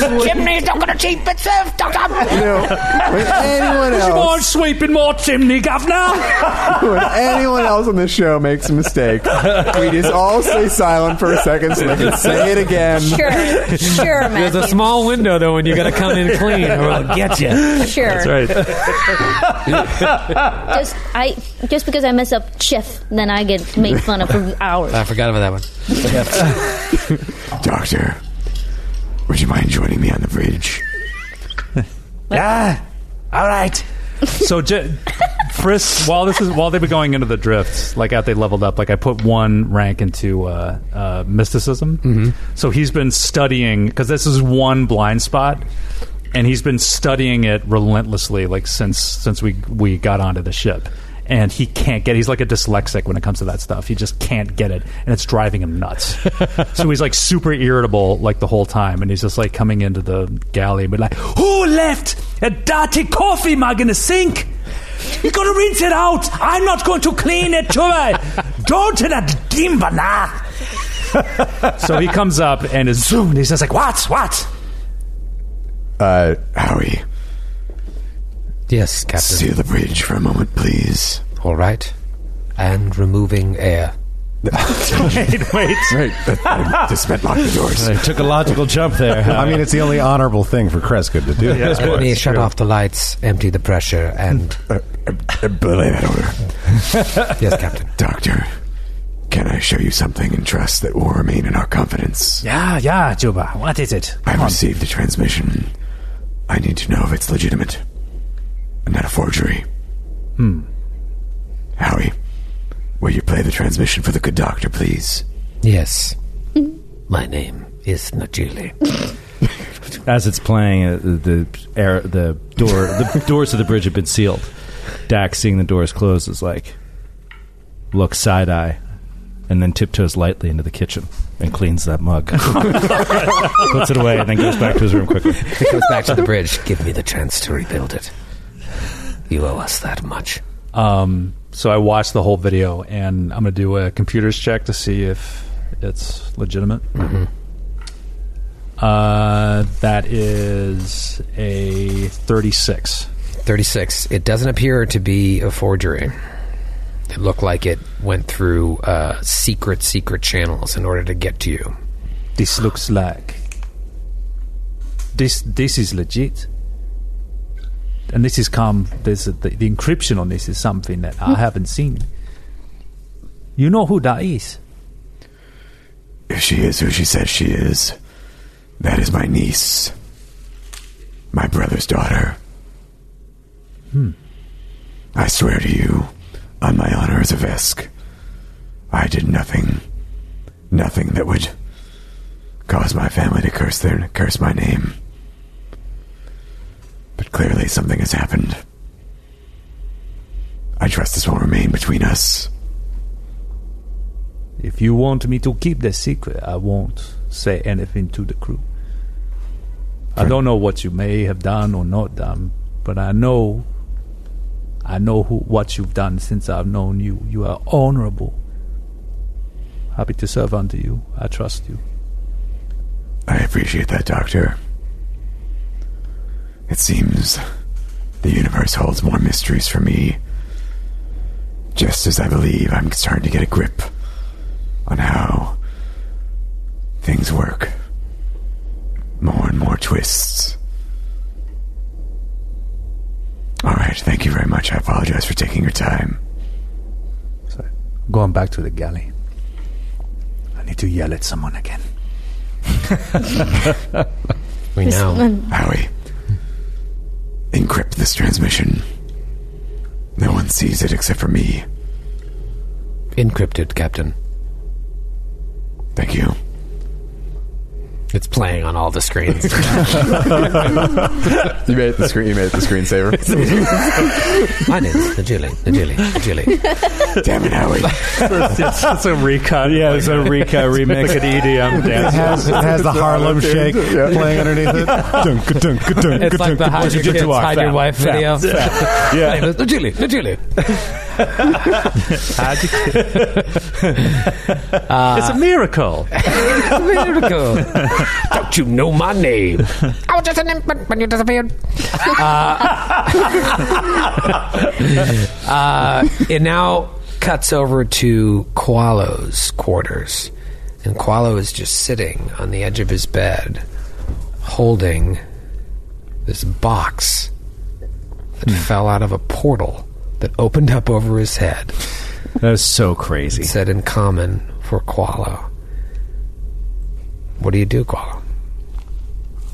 Carouse.
chimney's not going to cheat itself,
[LAUGHS]
Doctor.
Would anyone
Would you
else-
mind sweeping my chimney, Governor?
when anyone else on this show makes a mistake, we just all stay silent for a second so they can say it again.
Sure,
[LAUGHS]
sure,
There's a small window though, and you got to come in clean, or I'll get you.
Sure. That's
right.
[LAUGHS] Just I just because I mess up chef, then I get made fun of for hours.
I forgot about that one.
Doctor, would you mind joining me on the bridge?
Yeah. All right. So, j- Frisk, while this is while they were going into the drifts, like out they leveled up. Like I put one rank into uh, uh, mysticism. Mm-hmm. So he's been studying because this is one blind spot, and he's been studying it relentlessly, like since since we we got onto the ship. and he can't get. He's like a dyslexic when it comes to that stuff. He just can't get it, and it's driving him
[LAUGHS]
nuts. so he's like super irritable like the whole time, and he's just like coming into the galley, but like,
Who left a dirty coffee mug in the sink? You gotta rinse it out. I'm not going to clean it
[LAUGHS]
today. Don't to that gimbana.
so he comes up and is zoom. and He's just like, what? What? [LAUGHS]
Uh, Howie.
Yes, Captain.
Steer the bridge for a moment, please.
All right. And removing air.
wait, wait.
I just meant lock the doors.
They took a logical jump there. huh?
[LAUGHS]
I mean, it's the only honorable thing for Cresgood to do.
Let me shut off the lights, empty the pressure, and.
Belay that order.
[LAUGHS] yes, Captain.
Doctor, can I show you something and trust that will remain in our confidence?
Yeah, yeah, Juba. What is it?
I received a transmission. I need to know if it's legitimate and not a forgery.
Hmm.
Howie, will you play the transmission for the good doctor, please?
Yes. My name is Najili.
As it's playing, uh, the air, the door,
[LAUGHS]
the doors of the bridge have been sealed. Dax, seeing the doors close, is like, looks side eye, and then tiptoes lightly into the kitchen and cleans that
[LAUGHS]
mug, puts it away, and then goes back to his room quickly.
He goes back to the bridge. Give me the chance to rebuild it. You owe us that much.
Um, so I watched the whole video, and I'm going to do a computers check to see if it's legitimate. Uh, that is a 36.
36. It doesn't appear to be a forgery. It looked like it went through uh, secret, secret channels in order to get to you.
This looks like. This this is legit. And this is come. This the, the encryption on this is something that I haven't seen. You know who that is?
If she is who she says she is, that is my niece. My brother's daughter.
Hmm.
I swear to you, on my honor as a Vesk, I did nothing. Nothing that would cause my family to curse their curse my name. But clearly something has happened. I trust this won't remain between us.
If you want me to keep the secret, I won't say anything to the crew. I don't know what you may have done or not done, but I know I know who, what you've done since I've known you. You are honorable. Happy to serve under you. I trust you.
I appreciate that, Doctor. It seems the universe holds more mysteries for me. Just as I believe I'm starting to get a grip on how things work. More and more twists. All right, thank you very much. I apologize for taking your time.
Going back to the galley.
I need to yell at someone again.
We
This
know.
one.
um,
Howie, encrypt this transmission. No one sees it except for me.
Encrypted, Captain.
Thank you.
It's playing on all the
[LAUGHS]
screens.
you made the screen. You made the
[LAUGHS]
screensaver.
My name is Najili. Najili.
[LAUGHS]
Najili.
Damn it,
[LAUGHS]
Howie.
it's, a recut. Yeah, it's a recut remix. like an EDM
It
E dance.
has, it has the Harlem Shake playing underneath it. Dunk, dunk, dunk,
It's like the
dunk,
hide your
dunk,
kids,
dunk.
hide your wife
Fat,
[LAUGHS]
video.
fat,
My name is Najili. Najili. [LAUGHS]
it's a
[LAUGHS]
miracle. [LAUGHS]
Miracle. Don't you know my name?
I was just an infant when you disappeared.
Uh, it now cuts over to Qualo's quarters. And Qualo is just sitting on the edge of his bed holding this box that fell out of a portal that opened up over his head.
That is so crazy.
It said in common for Qualo. What do you do, Qualo?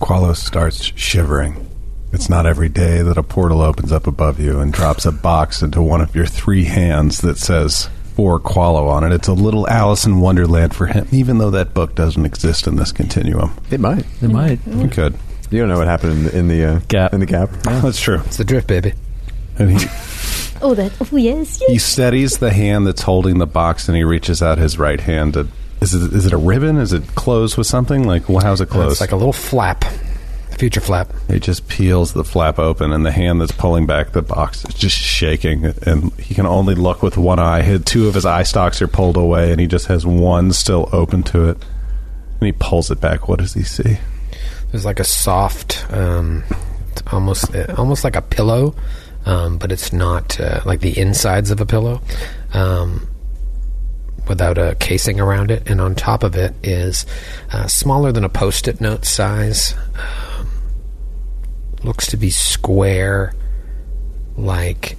Qualo starts shivering. It's not every day that a portal opens up above you and drops a box into one of your three hands that says for Qualo on it. It's a little Alice in Wonderland for him, even though that book doesn't exist in this continuum.
it might.
It might.
It could.
You don't know what happened in the, in the uh,
Gap.
In the gap.
That's true.
It's the drift, baby.
And he
Oh, that. Oh, yes. yes.
He steadies the hand that's holding the box and he reaches out his right hand. To, is, it, is it a ribbon? Is it closed with something? Like, well, how's it closed?
It's like a little flap, future flap.
He just peels the flap open, and the hand that's pulling back the box is just shaking, and he can only look with one eye. His, two of his eye stalks are pulled away, and he just has one still open to it. And he pulls it back. What does he see?
There's like a soft, um, it's almost uh, almost like a pillow, um, but it's not uh, like the insides of a pillow, um, without a casing around it. And on top of it is uh, smaller than a post-it note size. Um, looks to be square, like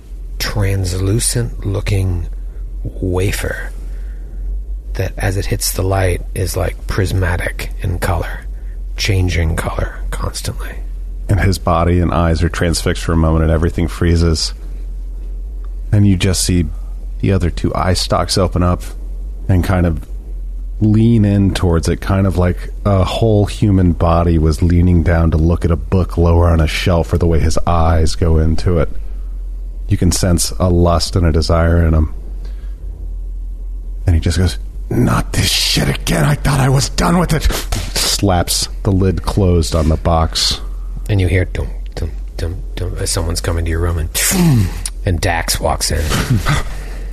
translucent-looking wafer that, as it hits the light, is like prismatic in color, changing color constantly.
And his body and eyes are transfixed for a moment, and everything freezes. And you just see the other two eye stalks open up and kind of lean in towards it, kind of like a whole human body was leaning down to look at a book lower on a shelf, or the way his eyes go into it. You can sense a lust and a desire in him. And he just goes, Not this shit again. I thought I was done with it. Slaps the lid closed on the box.
and you hear dum dum dum dum as someone's coming to your room and [SNIFFS] and Dax walks in.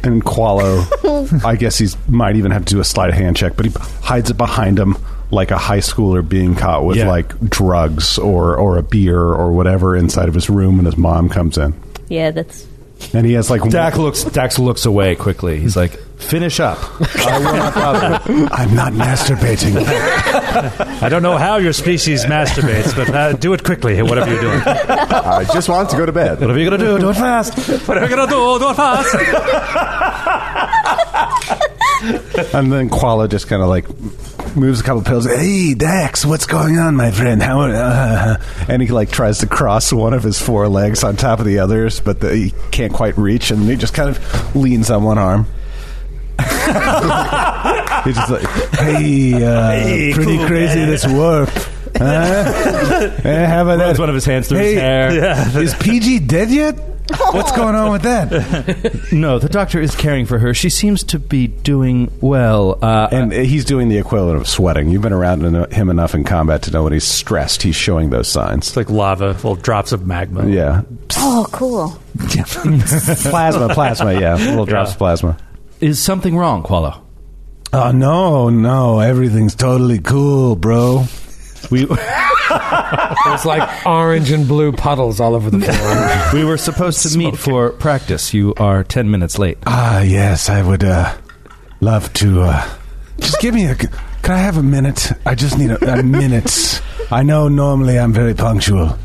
And Qualo, I guess he's might even have to do a sleight of hand check, but he hides it behind him like a high schooler being caught with
Yeah.
like drugs or or a beer or whatever inside of his room, and his mom comes in,
Yeah, that's.
and he has like
Dax looks Dax looks away quickly. He's like, "Finish up. I will not bother.
I'm not masturbating."
I don't know how your species masturbates, but uh, do it quickly, whatever you're doing.
[LAUGHS] I just want to go to bed.
Whatever you're going to do, [LAUGHS] do it fast. Whatever you're going to do, do
[LAUGHS]
it fast.
and then Qualo just kind of like moves a couple pills. Hey, Dax, what's going on, my friend? How? Uh, and he like tries to cross one of his four legs on top of the others, but the, he can't quite reach, and he just kind of leans on one arm. [LAUGHS] He's just like, hey, uh,
Hey,
pretty
cool,
crazy
man."
[LAUGHS]
this work. Huh? Eh, how about that?
Runs one of his hands through his
Hey,
hair. Yeah.
Is PG dead
[LAUGHS]
yet? What's going on with that?
No, the doctor is caring for her. She seems to be doing well. Uh,
and he's doing the equivalent of sweating. You've been around eno- him enough in combat to know when he's stressed, he's showing those signs.
It's like lava, little drops of magma.
Yeah.
Oh,
[LAUGHS]
cool.
plasma, plasma, yeah. Little drops
Yeah.
of plasma.
Is something wrong, Qualo?
Oh, no, no. Everything's totally cool, bro. We.
There's like [LAUGHS] orange and blue puddles all over the floor.
[LAUGHS] we were supposed to meet for practice. You are ten minutes late.
[LAUGHS] Ah, yes, I would uh, love to. Uh, just give me a. Could I have a minute? I just need a,
[LAUGHS]
a minute. I know normally I'm very punctual,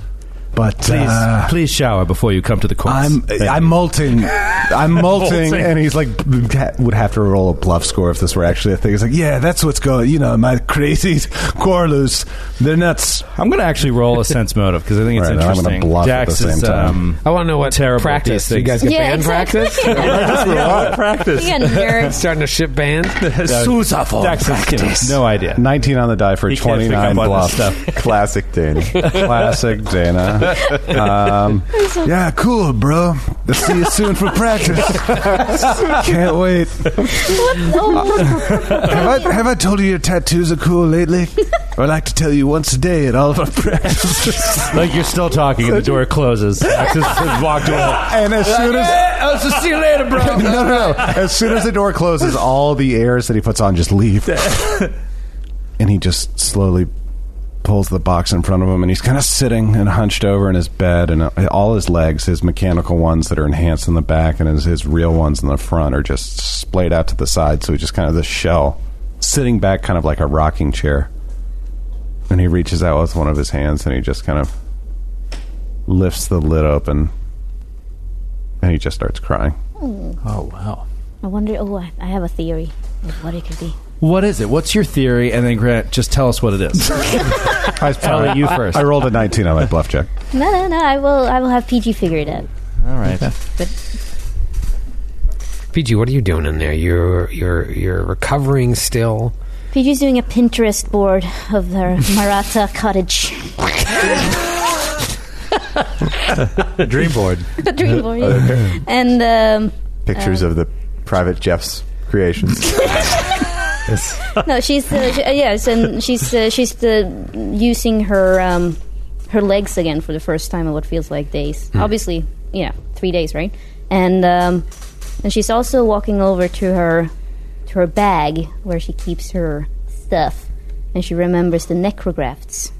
but
Please,
Ah.
uh,
please shower before you come to the course.
I'm
Thank
I'm
you.
molting.
[LAUGHS]
I'm molting,
Molting.
and he's like would have to roll a bluff score if this were actually a thing. He's like, yeah, that's what's going. You know, my crazy [LAUGHS] Corlus, they're nuts.
I'm going to actually roll a sense motive because I think it's
Right, I'm gonna
interesting.
bluff at the
Dax
same
is,
time.
Um,
I want to know what
terrible
practice.
at
You
these
guys
things.
get
Yeah,
band
exactly. [LAUGHS]
practice?
practice. Yeah, nerds.
[LAUGHS] Starting to ship [LAUGHS] band?
[LAUGHS]
Sousa for
Dax has given us no idea.
19 on the die for
He can't pick
29
up on
bluff.
this
[LAUGHS]
stuff.
Classic
[LAUGHS]
Dane.
Classic Dana. Um, yeah, cool, bro. See you soon for practice. Can't wait. Have I, have I told you your tattoos are cool lately? I like to tell you once a day at all of our practices.
[LAUGHS] like you're still talking and the door closes. Dax has, has
[LAUGHS]
walked away.
And as soon as
I'll just see you later, bro.
[LAUGHS] no, no, no. As soon as the door closes, all the airs that he puts on just leave. and he just slowly pulls the box in front of him, and he's kind of sitting and hunched over in his bed, and uh, all his legs, his mechanical ones that are enhanced in the back, and his, his real ones in the front, are just splayed out to the side. So he's just kind of this shell, sitting back, kind of like a rocking chair. And he reaches out with one of his hands, and he just kind of lifts the lid open, and he just starts crying.
Oh wow.
I wonder. Oh, I, I have a theory of what it could be.
What is it? What's your theory? And then Grant, just tell us what it is.
I,
Ellie, you first.
I rolled a 19 on my bluff check.
No, no, no. I will. I will have PG figure it out.
All [LAUGHS] right.
PG, what are you doing in there? You're you're you're recovering still.
PG's doing a Pinterest board of their Maratha cottage.
[LAUGHS] Dream board.
The dream board.
[LAUGHS]
yeah. and um,
Pictures
Uh.
of the private Jeff's creations.
no, she's uh, she, uh, yes, and she's uh, she's the, using her um, her legs again for the first time in what feels like days.
Hmm.
Obviously, yeah, three days, right? And um, and she's also walking over to her to her bag where she keeps her stuff, and she remembers the necrografts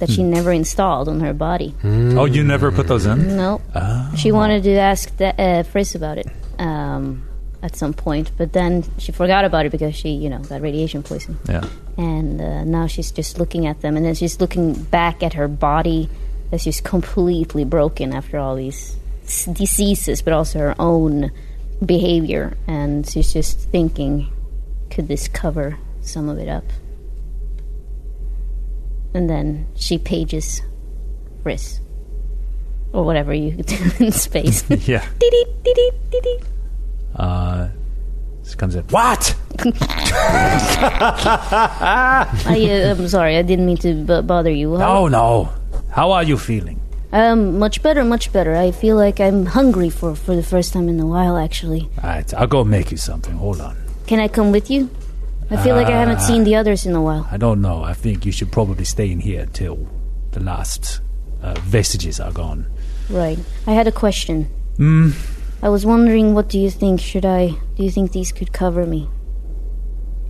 that she
Hmm.
never installed on her body.
Oh, you never put those in?
No.
Ah.
She wanted to ask the, uh, Frizz about it um, at some point, but then she forgot about it because she, you know, got radiation poisoning.
Yeah.
And uh, now she's just looking at them, and then she's looking back at her body that's just completely broken after all these s- diseases, but also her own behavior. And she's just thinking, could this cover some of it up? And then she pages Frizz. Or whatever you [LAUGHS] do in space.
Yeah.
Dee-dee, dee-dee, dee-dee.
Uh, this comes in. What?
I, uh, I'm sorry, I didn't mean to b- bother you.
No, Oh, no. How are you feeling?
Um, much better, much better. I feel like I'm hungry for for the first time in a while. Actually,
All right, I'll go make you something. Hold on.
can I come with you? I feel like I haven't
Ah.
seen the others in a while.
I don't know. I think you should probably stay in here till the last uh, vestiges are gone.
Right. I had a question.
Hmm.
I was wondering, what do you think? Should I? Do you think these could cover me?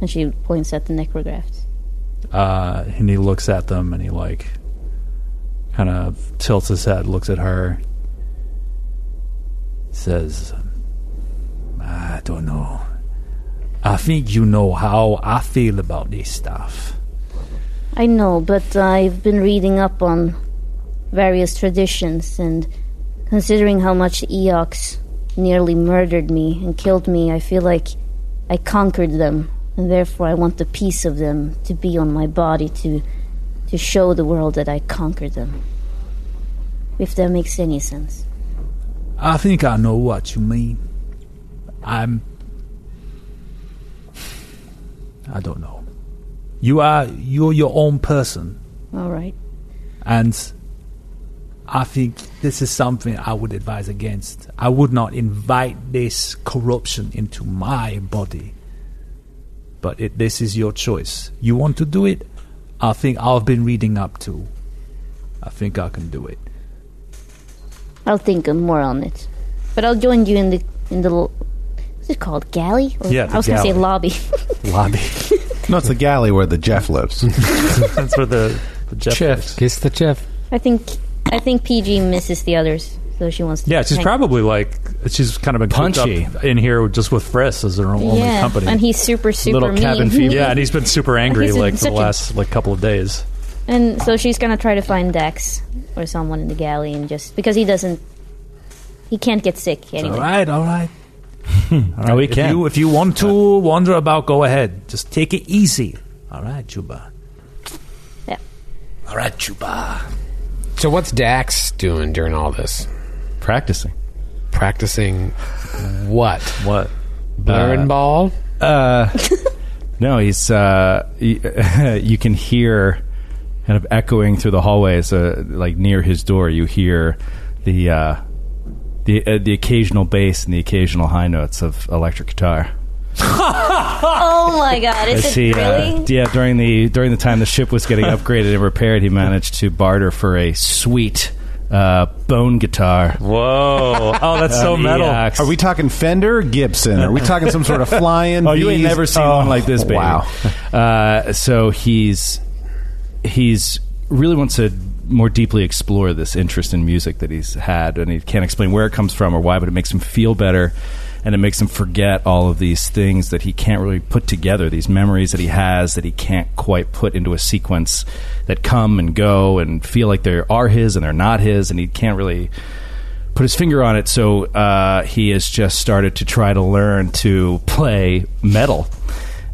And she points at the necrograph.
Uh, and he looks at them and he, like, kind of tilts his head, looks at her, says, I don't know. I think you know how I feel about this stuff.
I know, but I've been reading up on various traditions, and considering how much Eox nearly murdered me and killed me, I feel like I conquered them, and therefore I want the piece of them to be on my body to to show the world that I conquered them. If that makes any sense.
I think I know what you mean. I'm. I don't know. You are you're your own person,
All right.
and I think this is something I would advise against. I would not invite this corruption into my body. But it, this is your choice. You want to do it? I think I've been reading up to. I think I can do it.
I'll think more on it. But I'll join you in the in the l- what's it called? Galley? Or,
Yeah, the
I was gonna say
galley.
lobby. [LAUGHS]
Lobby.
no, it's the galley where the Jeff lives.
[LAUGHS] That's where the, the Jeff.
Jeff.
Kiss the Jeff.
I think I think PG misses the others, so she wants to
Yeah, she's
hang-
probably like she's kind of been cooped
Punchy.
up in here just with Friss as her only
yeah,
company.
And he's super super mean. [LAUGHS]
yeah, and he's been super angry
He's
like
such
the
a-
last like couple of days.
And so she's gonna try to find Dax or someone in the galley and just because he doesn't he can't get sick anyway.
All right, all right. All right,
we
if
can.
You, if you want to wander about, go ahead. Just take it easy. All right, Juba.
Yeah.
All right, Juba.
So what's Dax doing during all this?
Practicing.
Practicing what?
What?
Blurring
Uh,
ball?
Uh, no, he's. Uh, y- [LAUGHS] you can hear kind of echoing through the hallways, uh, like near his door. You hear the uh, the uh, the occasional bass and the occasional high notes of electric guitar.
oh my god, is
As
it
he, uh,
really?
yeah, during the during the time the ship
[LAUGHS]
was getting upgraded and repaired, he managed to barter for a sweet uh, bone guitar.
Whoa! [LAUGHS] Oh,
that's so metal. Are we talking Fender, or Gibson? Are we talking some sort of flying?
Oh, you ain't
bees?
never seen
Oh,
one like this, baby.
Wow.
Uh, so he's he's really wants to more deeply explore this interest in music that he's had, and he can't explain where it comes from or why, but it makes him feel better, and it makes him forget all of these things that he can't really put together, these memories that he has that he can't quite put into a sequence that come and go and feel like they are his and they're not his, and he can't really put his finger on it. So uh, he has just started to try to learn to play metal.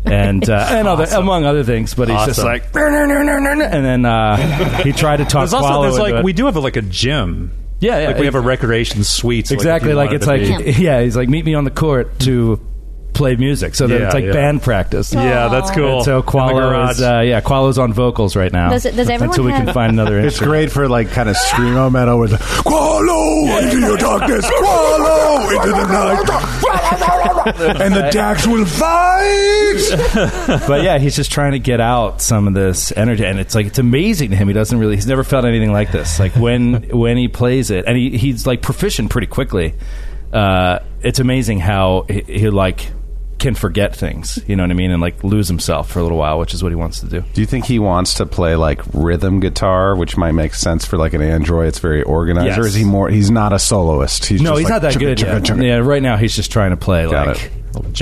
And uh, and other, among other things, but he's just
Awesome.
like and then
[LAUGHS]
uh, he tried to talk.
There's also
Wallow
there's
into
like
it.
we do have like a gym.
Yeah, yeah.
like we have a recreation suite.
exactly like, it's like yeah. he's like meet me on the court to play music. So then
Yeah,
it's like
yeah.
band practice.
Yeah, that's cool.
And so
In the
Qualo is
garage.
uh, yeah, Qualo's on vocals right now.
Does it- does everyone
until we can
have-
find another.
It's
great
for like kind of screamo metal with Qualo into your darkness, Qualo into the night, [LAUGHS] and the Dax will fight.
but yeah, he's just trying to get out some of this energy, and it's like it's amazing to him. He doesn't really, he's never felt anything like this. Like [LAUGHS] when when he plays it, and he, he's like proficient pretty quickly. Uh, it's amazing how he, he like can forget things. You know what I mean, and like lose himself for a little while, which is what he wants to do.
Do you think he wants to play like rhythm guitar, which might make sense for like an android? It's very organized. Or
Yes.
is he more? He's not a soloist. He's
no,
just like,
he's not that
chugga,
good.
chugga,
yet.
chugga.
Yeah, right now he's just trying to play like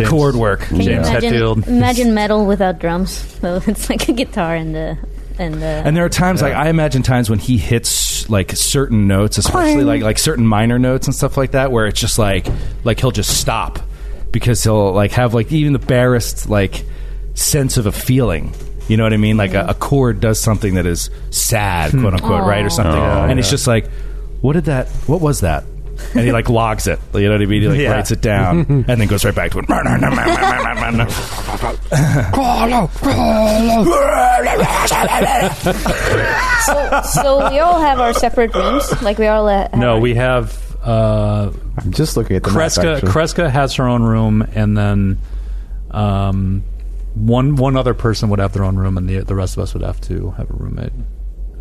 chord work.
Can you imagine, imagine metal without drums? [LAUGHS] Though it's like a guitar and the and the
And there are times like I imagine times when he hits like certain notes, especially
Clang.
like like certain minor notes and stuff like that, where it's just like like he'll just stop because he'll like have like even the barest like sense of a feeling. You know what I mean? Like a, a chord does something that is sad, quote unquote,
Mm-hmm. Hmm. Aw.
right, or something,
Oh,
and it's
yeah.
just like, what did that? What was that? And he like logs it. You know what I mean? He like
[LAUGHS] Yeah.
writes it down
[LAUGHS]
and then goes right back to it.
Qualo,
so, so we all have our separate rooms. Like we all uh,
No, we have. Uh,
I'm just looking at the map,
Kreska.
actually.
Kreska has her own room, and then um, one one other person would have their own room, and the the rest of us would have to have a roommate.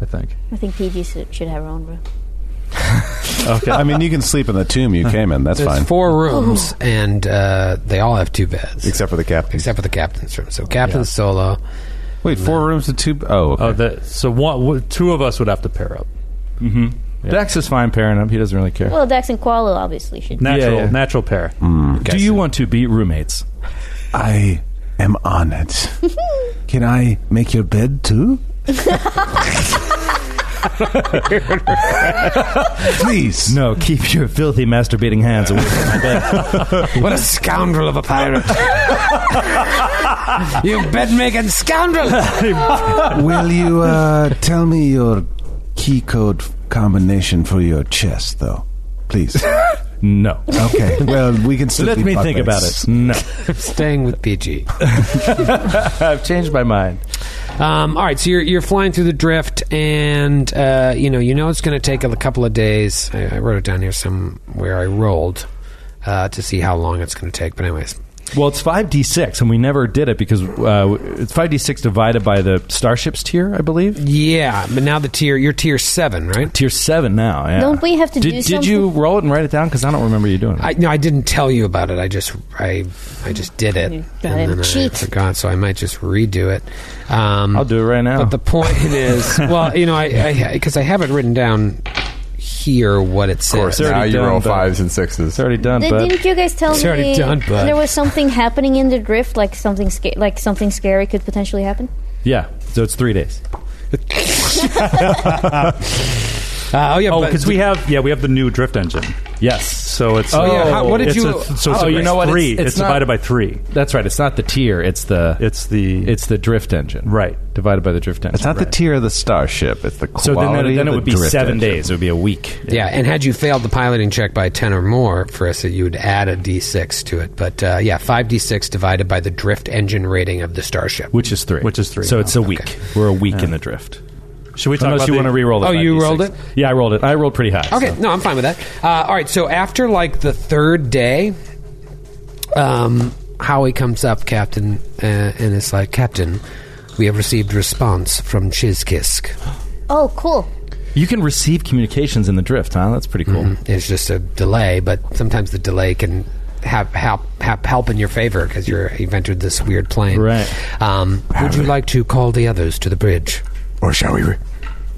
I think.
I think PG should should have her own room.
Okay. I mean, you can sleep in the tomb you came in. That's
There's
fine.
four rooms, and uh, they all have two beds.
Except for the captain.
Except for the captain's room. So captain's solo.
Wait, four rooms to two. Oh,
Oh, that, so one, w- two of us would have to pair up.
hmm Dax is fine pairing up. He doesn't really care.
Well, Dax and Qualo obviously should.
Natural, natural pair.
Do you want to be roommates?
I am on
[LAUGHS]
it. Can I make your bed
[LAUGHS]
too?
Please. No, keep your filthy masturbating hands away from my bed.
what a scoundrel of a pirate. you bed making scoundrel!
Will you uh, tell me your key code f- combination for your chest, though? Please.
No.
Okay. Well, we can still
[LAUGHS] Let
be
me think about
buckmates.
it. No.
I'm staying with PG.
[LAUGHS] I've changed my mind.
Um, all right, so you're you're flying through the drift, and uh, you know you know it's going to take a couple of days. I, I wrote it down here somewhere. I rolled uh, to see how long it's going to take. But anyways,
Well, it's five d six, and we never did it because uh, it's five d six divided by the starships tier, I believe.
Yeah, but now the tier you're tier seven, right?
Tier seven now. Yeah.
Don't we have to
did,
do
Did you roll it and write it down? Because I don't remember you doing it.
I no, I didn't tell you about it. I just I I just did it,
You got it.
and then
Cheat.
I forgot. So I might just redo it. Um, I'll
do it right now.
But the point is, well, you know, I because I, have it written down here what it says.
Of course, now you roll fives and sixes. It's
already done,
Did, didn't you guys tell
It's already
me
done, bud.
there was something happening in the drift, like something sca- like something scary could potentially happen?
Yeah. So it's three days.
oh yeah, but-
because we have yeah we have the new drift engine.
Yes,
so it's
Oh, yeah.
uh,
How- what did
it's
you-
a th- so it's
oh,
a
you know what? It's-
three. It's,
it's not-
divided by three.
That's right. It's not the tier. It's the
it's the
it's the drift engine.
Right.
Divided by the drift engine.
It's not the tier of the starship. It's the
So
quality.
then, that- then it
of the
would be
drift
seven
engine.
days. It would be a week.
Yeah, and had you failed the piloting check by 10 or more, Farissa, you would add a d6 to it. But uh, yeah, 5d6 divided by the drift engine rating of the starship.
Which is three. Which is three. So it's a week. We're a week in the drift. Should
we talk
Unless
about
you
the-
want to re-roll the
Oh, you
5d6.
rolled it?
Yeah, I rolled it. I rolled pretty high.
Okay, no, I'm fine with that. Uh, all right, so after like the third day, um, Howie comes up, Captain, uh, and it's like, Captain, we have received response from Chizkisk.
Oh, cool.
You can receive communications in the drift, huh? That's pretty cool.
It's just a delay, but sometimes the delay can have help, have help in your favor because you're you've entered this weird plane. Right. Um, would you like to call the others to the bridge?
Or shall we re-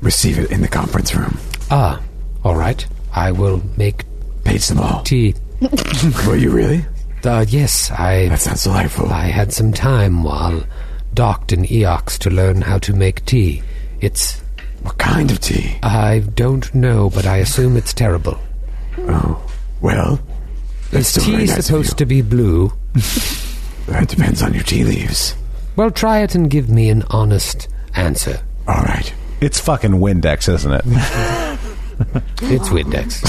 receive it in the conference room?
Ah, all right. I will make
page them all
tea.
Were you really?
Uh, yes, I. That sounds delightful. I had some time while docked in Eox to learn how to make tea. It's
what kind of tea?
Uh,
I don't know, but I assume it's terrible.
Oh, well, that's
Is
still very
tea
nice of
supposed to be blue?
that depends on your tea leaves.
Well, try it and give me an honest answer.
All right.
[LAUGHS]
It's fucking Windex, isn't it?
It's Windex.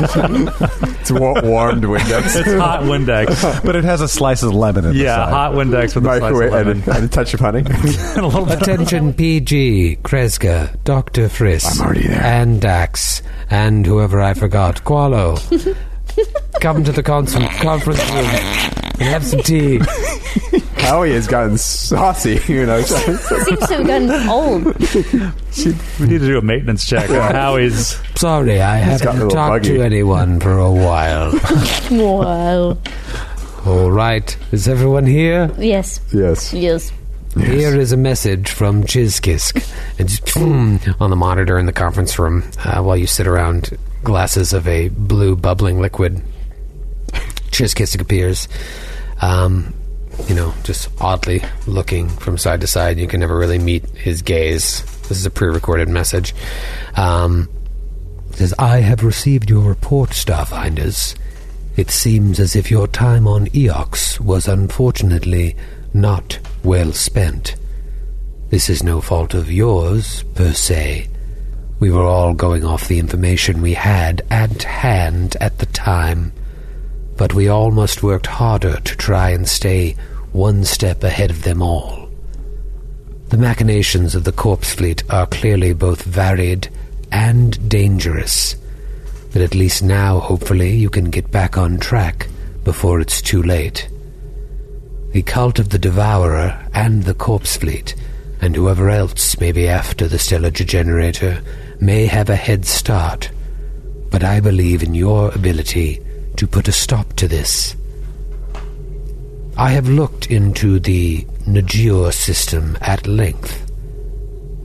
it's wa- warmed
[LAUGHS]
Windex.
It's hot
[LAUGHS]
Windex.
but it has a slice of lemon in it.
Yeah, hot Windex with a slice of
Microwave and a-
lemon.
and a touch of honey.
Attention, PG, Kreska, Dr. Friss,
I'm already there.
and Dax, and whoever I forgot, Qualo. Come to the con- conference room and have some tea.
Howie has gotten saucy. You know,
Seems to have gotten
[LAUGHS]
old.
We need to do a maintenance check. on Howie's
Sorry, I
It's gotten
haven't
a little
talked
muggy.
to anyone for a
[LAUGHS]
while.
Wow.
All right, is everyone here?
Yes.
Yes.
Yes.
Here is a message from Chizkisk. And just on the monitor in the conference room uh, while you sit around glasses of a blue bubbling liquid. Chizkisk appears. Um, you know, just oddly looking from side to side. You can never really meet his gaze. This is a pre recorded message. Um,
Says, I have received your report, Starfinders.
It seems as if your time on Eox was unfortunately not well spent. This is no fault of yours, per se. We were all going off the information we had at hand at the time. But we almost worked harder to try and stay one step ahead of them all. The machinations of the corpse fleet are clearly both varied and dangerous but at least now, hopefully, you can get back on track before it's too late. The cult of the Devourer and the Corpse Fleet, and whoever else may be after the Stellar Generator, may have a head start, but I believe in your ability to put a stop to this. I have looked into the Najir system at length,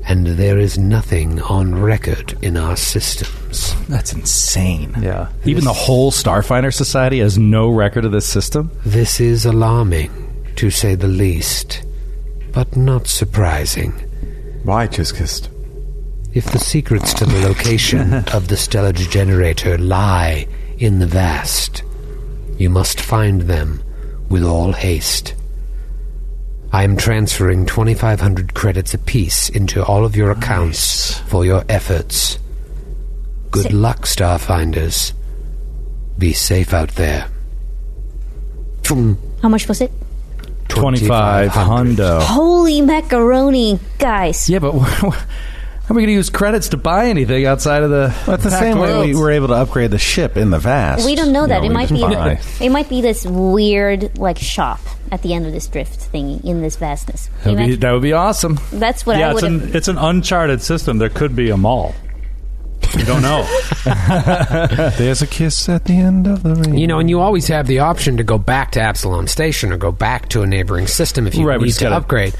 and there is nothing on record in our systems.
That's insane.
Yeah.
Even the whole Starfinder Society has no record of this system.
This is alarming, to say the least, but not surprising.
Why, Chiskist?
If the secrets to the location of the stellar generator lie in the vast, you must find them with all haste. I am transferring 2,500 credits apiece into all of your accounts for your efforts. Good luck, Starfinders. Be safe out there.
How much was it?
25 hundo.
Holy macaroni, guys.
Yeah, but [LAUGHS] How are we going to use credits to buy anything outside of the?
Well, it's the
packed
same
world?
way we were able to upgrade the ship in the vast.
we don't know that.
You
it
we
might
just
be
buy.
it might be this weird like shop at the end of this drift thingy in this vastness.
That would, be, that would be awesome.
That's what
yeah,
I
it's
would have
an, it's an uncharted system. There could be a mall. You don't know.
There's a kiss at the end of the ring.
You know, and you always have the option to go back to Absalom Station or go back to a neighboring system if you
Right, we
need
just
to
gotta-
upgrade.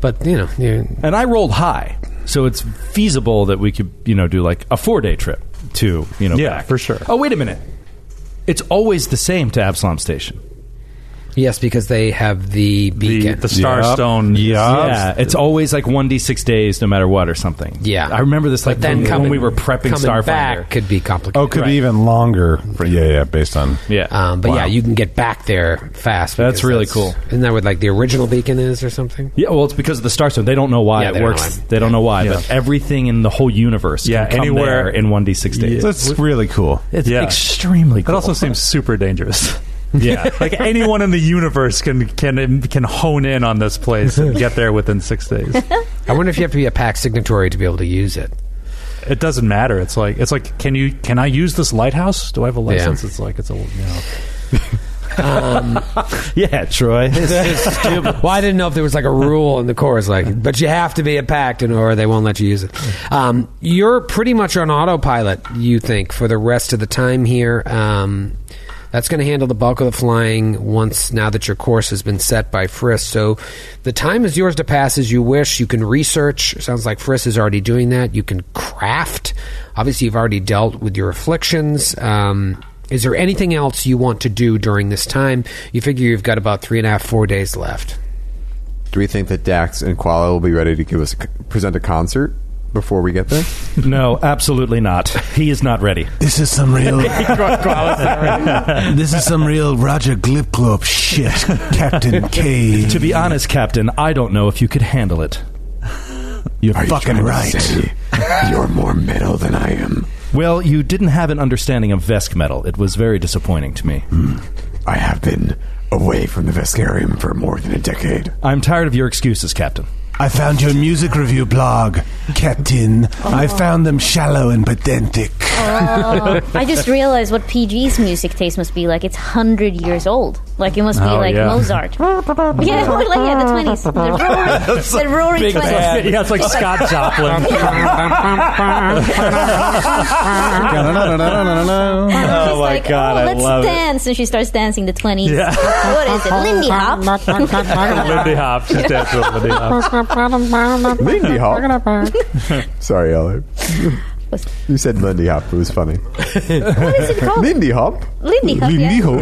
But you know, you,
And I rolled high, so it's feasible that we could, you know, do like a four day trip to, you know,
Yeah,
back.
for sure.
Oh wait a minute, it's always the same to Absalom Station.
yes, because they have the beacon,
the Starstone.
Yeah, it's always like one d six days, no matter what, or something.
Yeah.
I remember this like
But then
when,
coming-
we were prepping
coming
Starfinder.
back could be complicated.
Oh, could be even longer. For, yeah, yeah, based on.
Yeah,
Um, but
Wow.
yeah, you can get back there fast.
That's
because
really cool.
Isn't that what like the original beacon is or something?
yeah. Well, it's because of the Starstone. They don't know why
Yeah, they
it
don't
works.
know why.
They don't know why,
Yeah.
but everything in the whole universe,
Yeah,
can come
anywhere-
there in one d six days.
That's really [LAUGHS] cool.
It's
Yeah.
extremely.
It
cool.
also seems
[LAUGHS]
super dangerous.
Yeah.
like anyone in the universe can can can hone in on this place and get there within six days.
I wonder if you have to be a pack signatory to be able to use it.
It doesn't matter. It's like it's like can you can I use this lighthouse? Do I have a license? It's like it's a you know.
Um, [LAUGHS] yeah, Troy.
[LAUGHS] well, I didn't know if there was like a rule in the chorus, like, but you have to be a pact, in or they won't let you use it. Um, you're pretty much on autopilot, you think, for the rest of the time here. Um, that's going to handle the bulk of the flying once now that your course has been set by Frisk. So the time is yours to pass as you wish. You can research. It sounds like Frisk is already doing that. You can craft. Obviously, you've already dealt with your afflictions. Um, is there anything else you want to do during this time? You figure you've got about three and a half, four days left.
Do we think that Dax and Koala will be ready to give us a, present a concert before we get there?
[LAUGHS] no, absolutely not. He is not ready.
[LAUGHS] This is some real.
[LAUGHS]
this is some real Roger
[LAUGHS]
Glipglop shit, Captain K.
To be honest, Captain, I don't know if you could handle it.
You're
Are you
fucking
trying to
right.
say you're more metal than I am.
Well, you didn't have an understanding of Vesk metal. It was very disappointing to me.
I have been away from the Vescarium for more than a decade.
I'm tired of your excuses, [LAUGHS] Captain.
I found your music review blog, Captain. I
Oh.
found them shallow and pedantic.
Oh, I just realized what PG's music taste must be like. It's hundred years old. Like it must be
Oh,
like
yeah.
Mozart.
[LAUGHS]
yeah, like yeah, the twenties. The roaring, the roaring
big band.
twenties.
Yeah, it's like Scott
Joplin.
[LAUGHS]
She's
my
like,
God,
oh,
I
let's
love it."
dance, and she starts dancing the twenties.
Yeah.
What is it, Lindy Hop?
[LAUGHS]
Lindy Hop. She's dancing with Lindy Hop.
Lindy Hop. Sorry, Ellie. you said Lindy Hop. It was funny.
What is it called?
Lindy Hop.
Lindy Hop.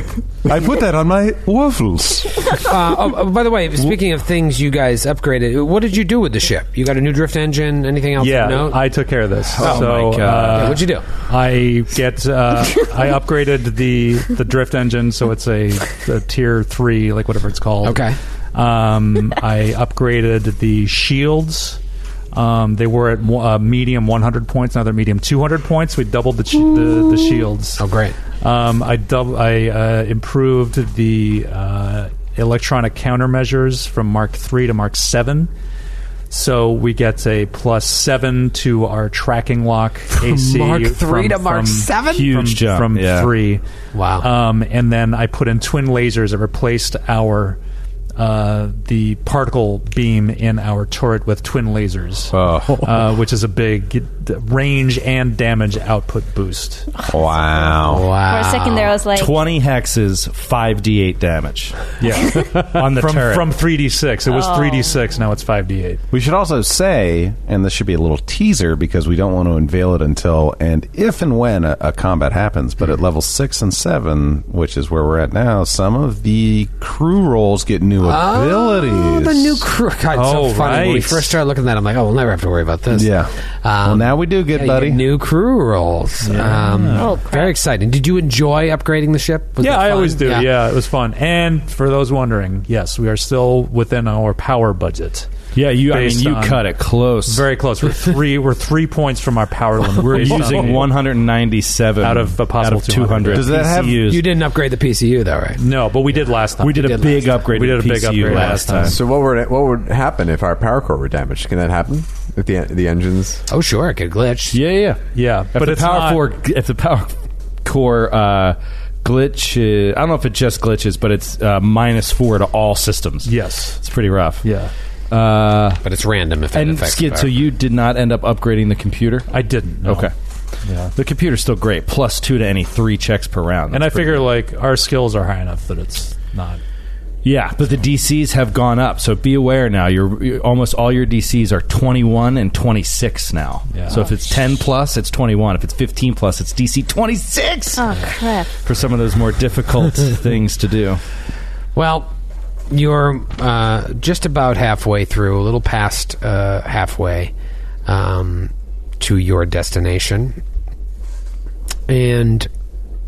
yeah.
I put that on my waffles.
uh, oh, oh, by the way, speaking of things you guys upgraded, what did you do with the ship? You got a new drift engine? Anything else?
Yeah,
no?
I took care of this.
Oh
so,
my God.
uh,
Yeah, what'd you do?
I get uh,
[LAUGHS]
I upgraded the the drift engine, so it's a, a tier three, like whatever it's called. Okay. Um, I upgraded the shields. Um, they were at mo- uh, medium 100 points. Now they're medium 200 points. We doubled the sh- the, the shields. Oh,
great!
Um, I dub- I uh, improved the uh, electronic countermeasures from Mark three to Mark seven. So we get a plus seven to our
[LAUGHS]
tracking lock AC
Mark three
from-
to Mark
from-
seven?
Huge
from,
jump,
from
yeah.
three. Wow! Um, and then I put in twin lasers that replaced our uh, the particle beam in our turret with twin lasers, uh, which is a big range and damage output boost.
Wow.
Wow.
For a second there, I was like-
20 hexes, 5d8 damage.
[LAUGHS] Yeah.
on the
from,
turret.
From 3d6. It was
Oh.
3d6, now it's 5d8.
We should also say, and this should be a little teaser because we don't want to unveil it until and if and when a, a combat happens, but at level six and seven, which is where we're at now, some of the crew roles get new
Oh,
abilities.
the new crew. God, it's
Oh,
so funny. When we
right.
first started looking at that, I'm like, oh, we'll never have to worry about this.
Yeah.
Um, well,
now we do, good buddy.
New crew roles. Um, very exciting. Did you enjoy upgrading the ship? Was
yeah,
it
I
fun?
always do. Yeah. it was fun. And for those wondering, yes, we are still within our power budget.
Yeah, you. I
Based
mean, you
on-
cut it close.
Very
[LAUGHS]
close. We're three. we're three points from our power limit.
We're
based on
using
the-
197
out of a possible
out of 200. PCUs.
You didn't upgrade the PCU though, right?
[LAUGHS] No, but we did last time.
We did a big
last time.
upgrade
We did a
to
big
PCU
upgrade
last time.
So what would what would happen if our power core were damaged? Can that happen? If the the engines?
Oh sure, it could glitch.
Yeah, yeah,
yeah.
If
but
the
it's
power
not-
core, if the power core uh, glitch, I don't know if it just glitches, but it's uh, minus four to all systems.
Yes,
it's pretty rough.
Yeah,
uh,
but it's random if it
and
affects the
Skid, so
power.
you did not end up upgrading the computer.
I didn't. no.
Okay.
Yeah.
The computer's still great. Plus two to any three checks per round.
And I
That's pretty
figure like our skills are high enough that it's not.
Yeah, but the DCs have gone up, so be aware now. Your your- almost all your DCs are 21 and 26 now.
Yeah.
So if it's 10 plus, it's 21. If it's 15 plus, it's DC 26
Oh crap!
for some of those more difficult things to do.
Well, you're uh, just about halfway through, a little past uh, halfway um, to your destination. And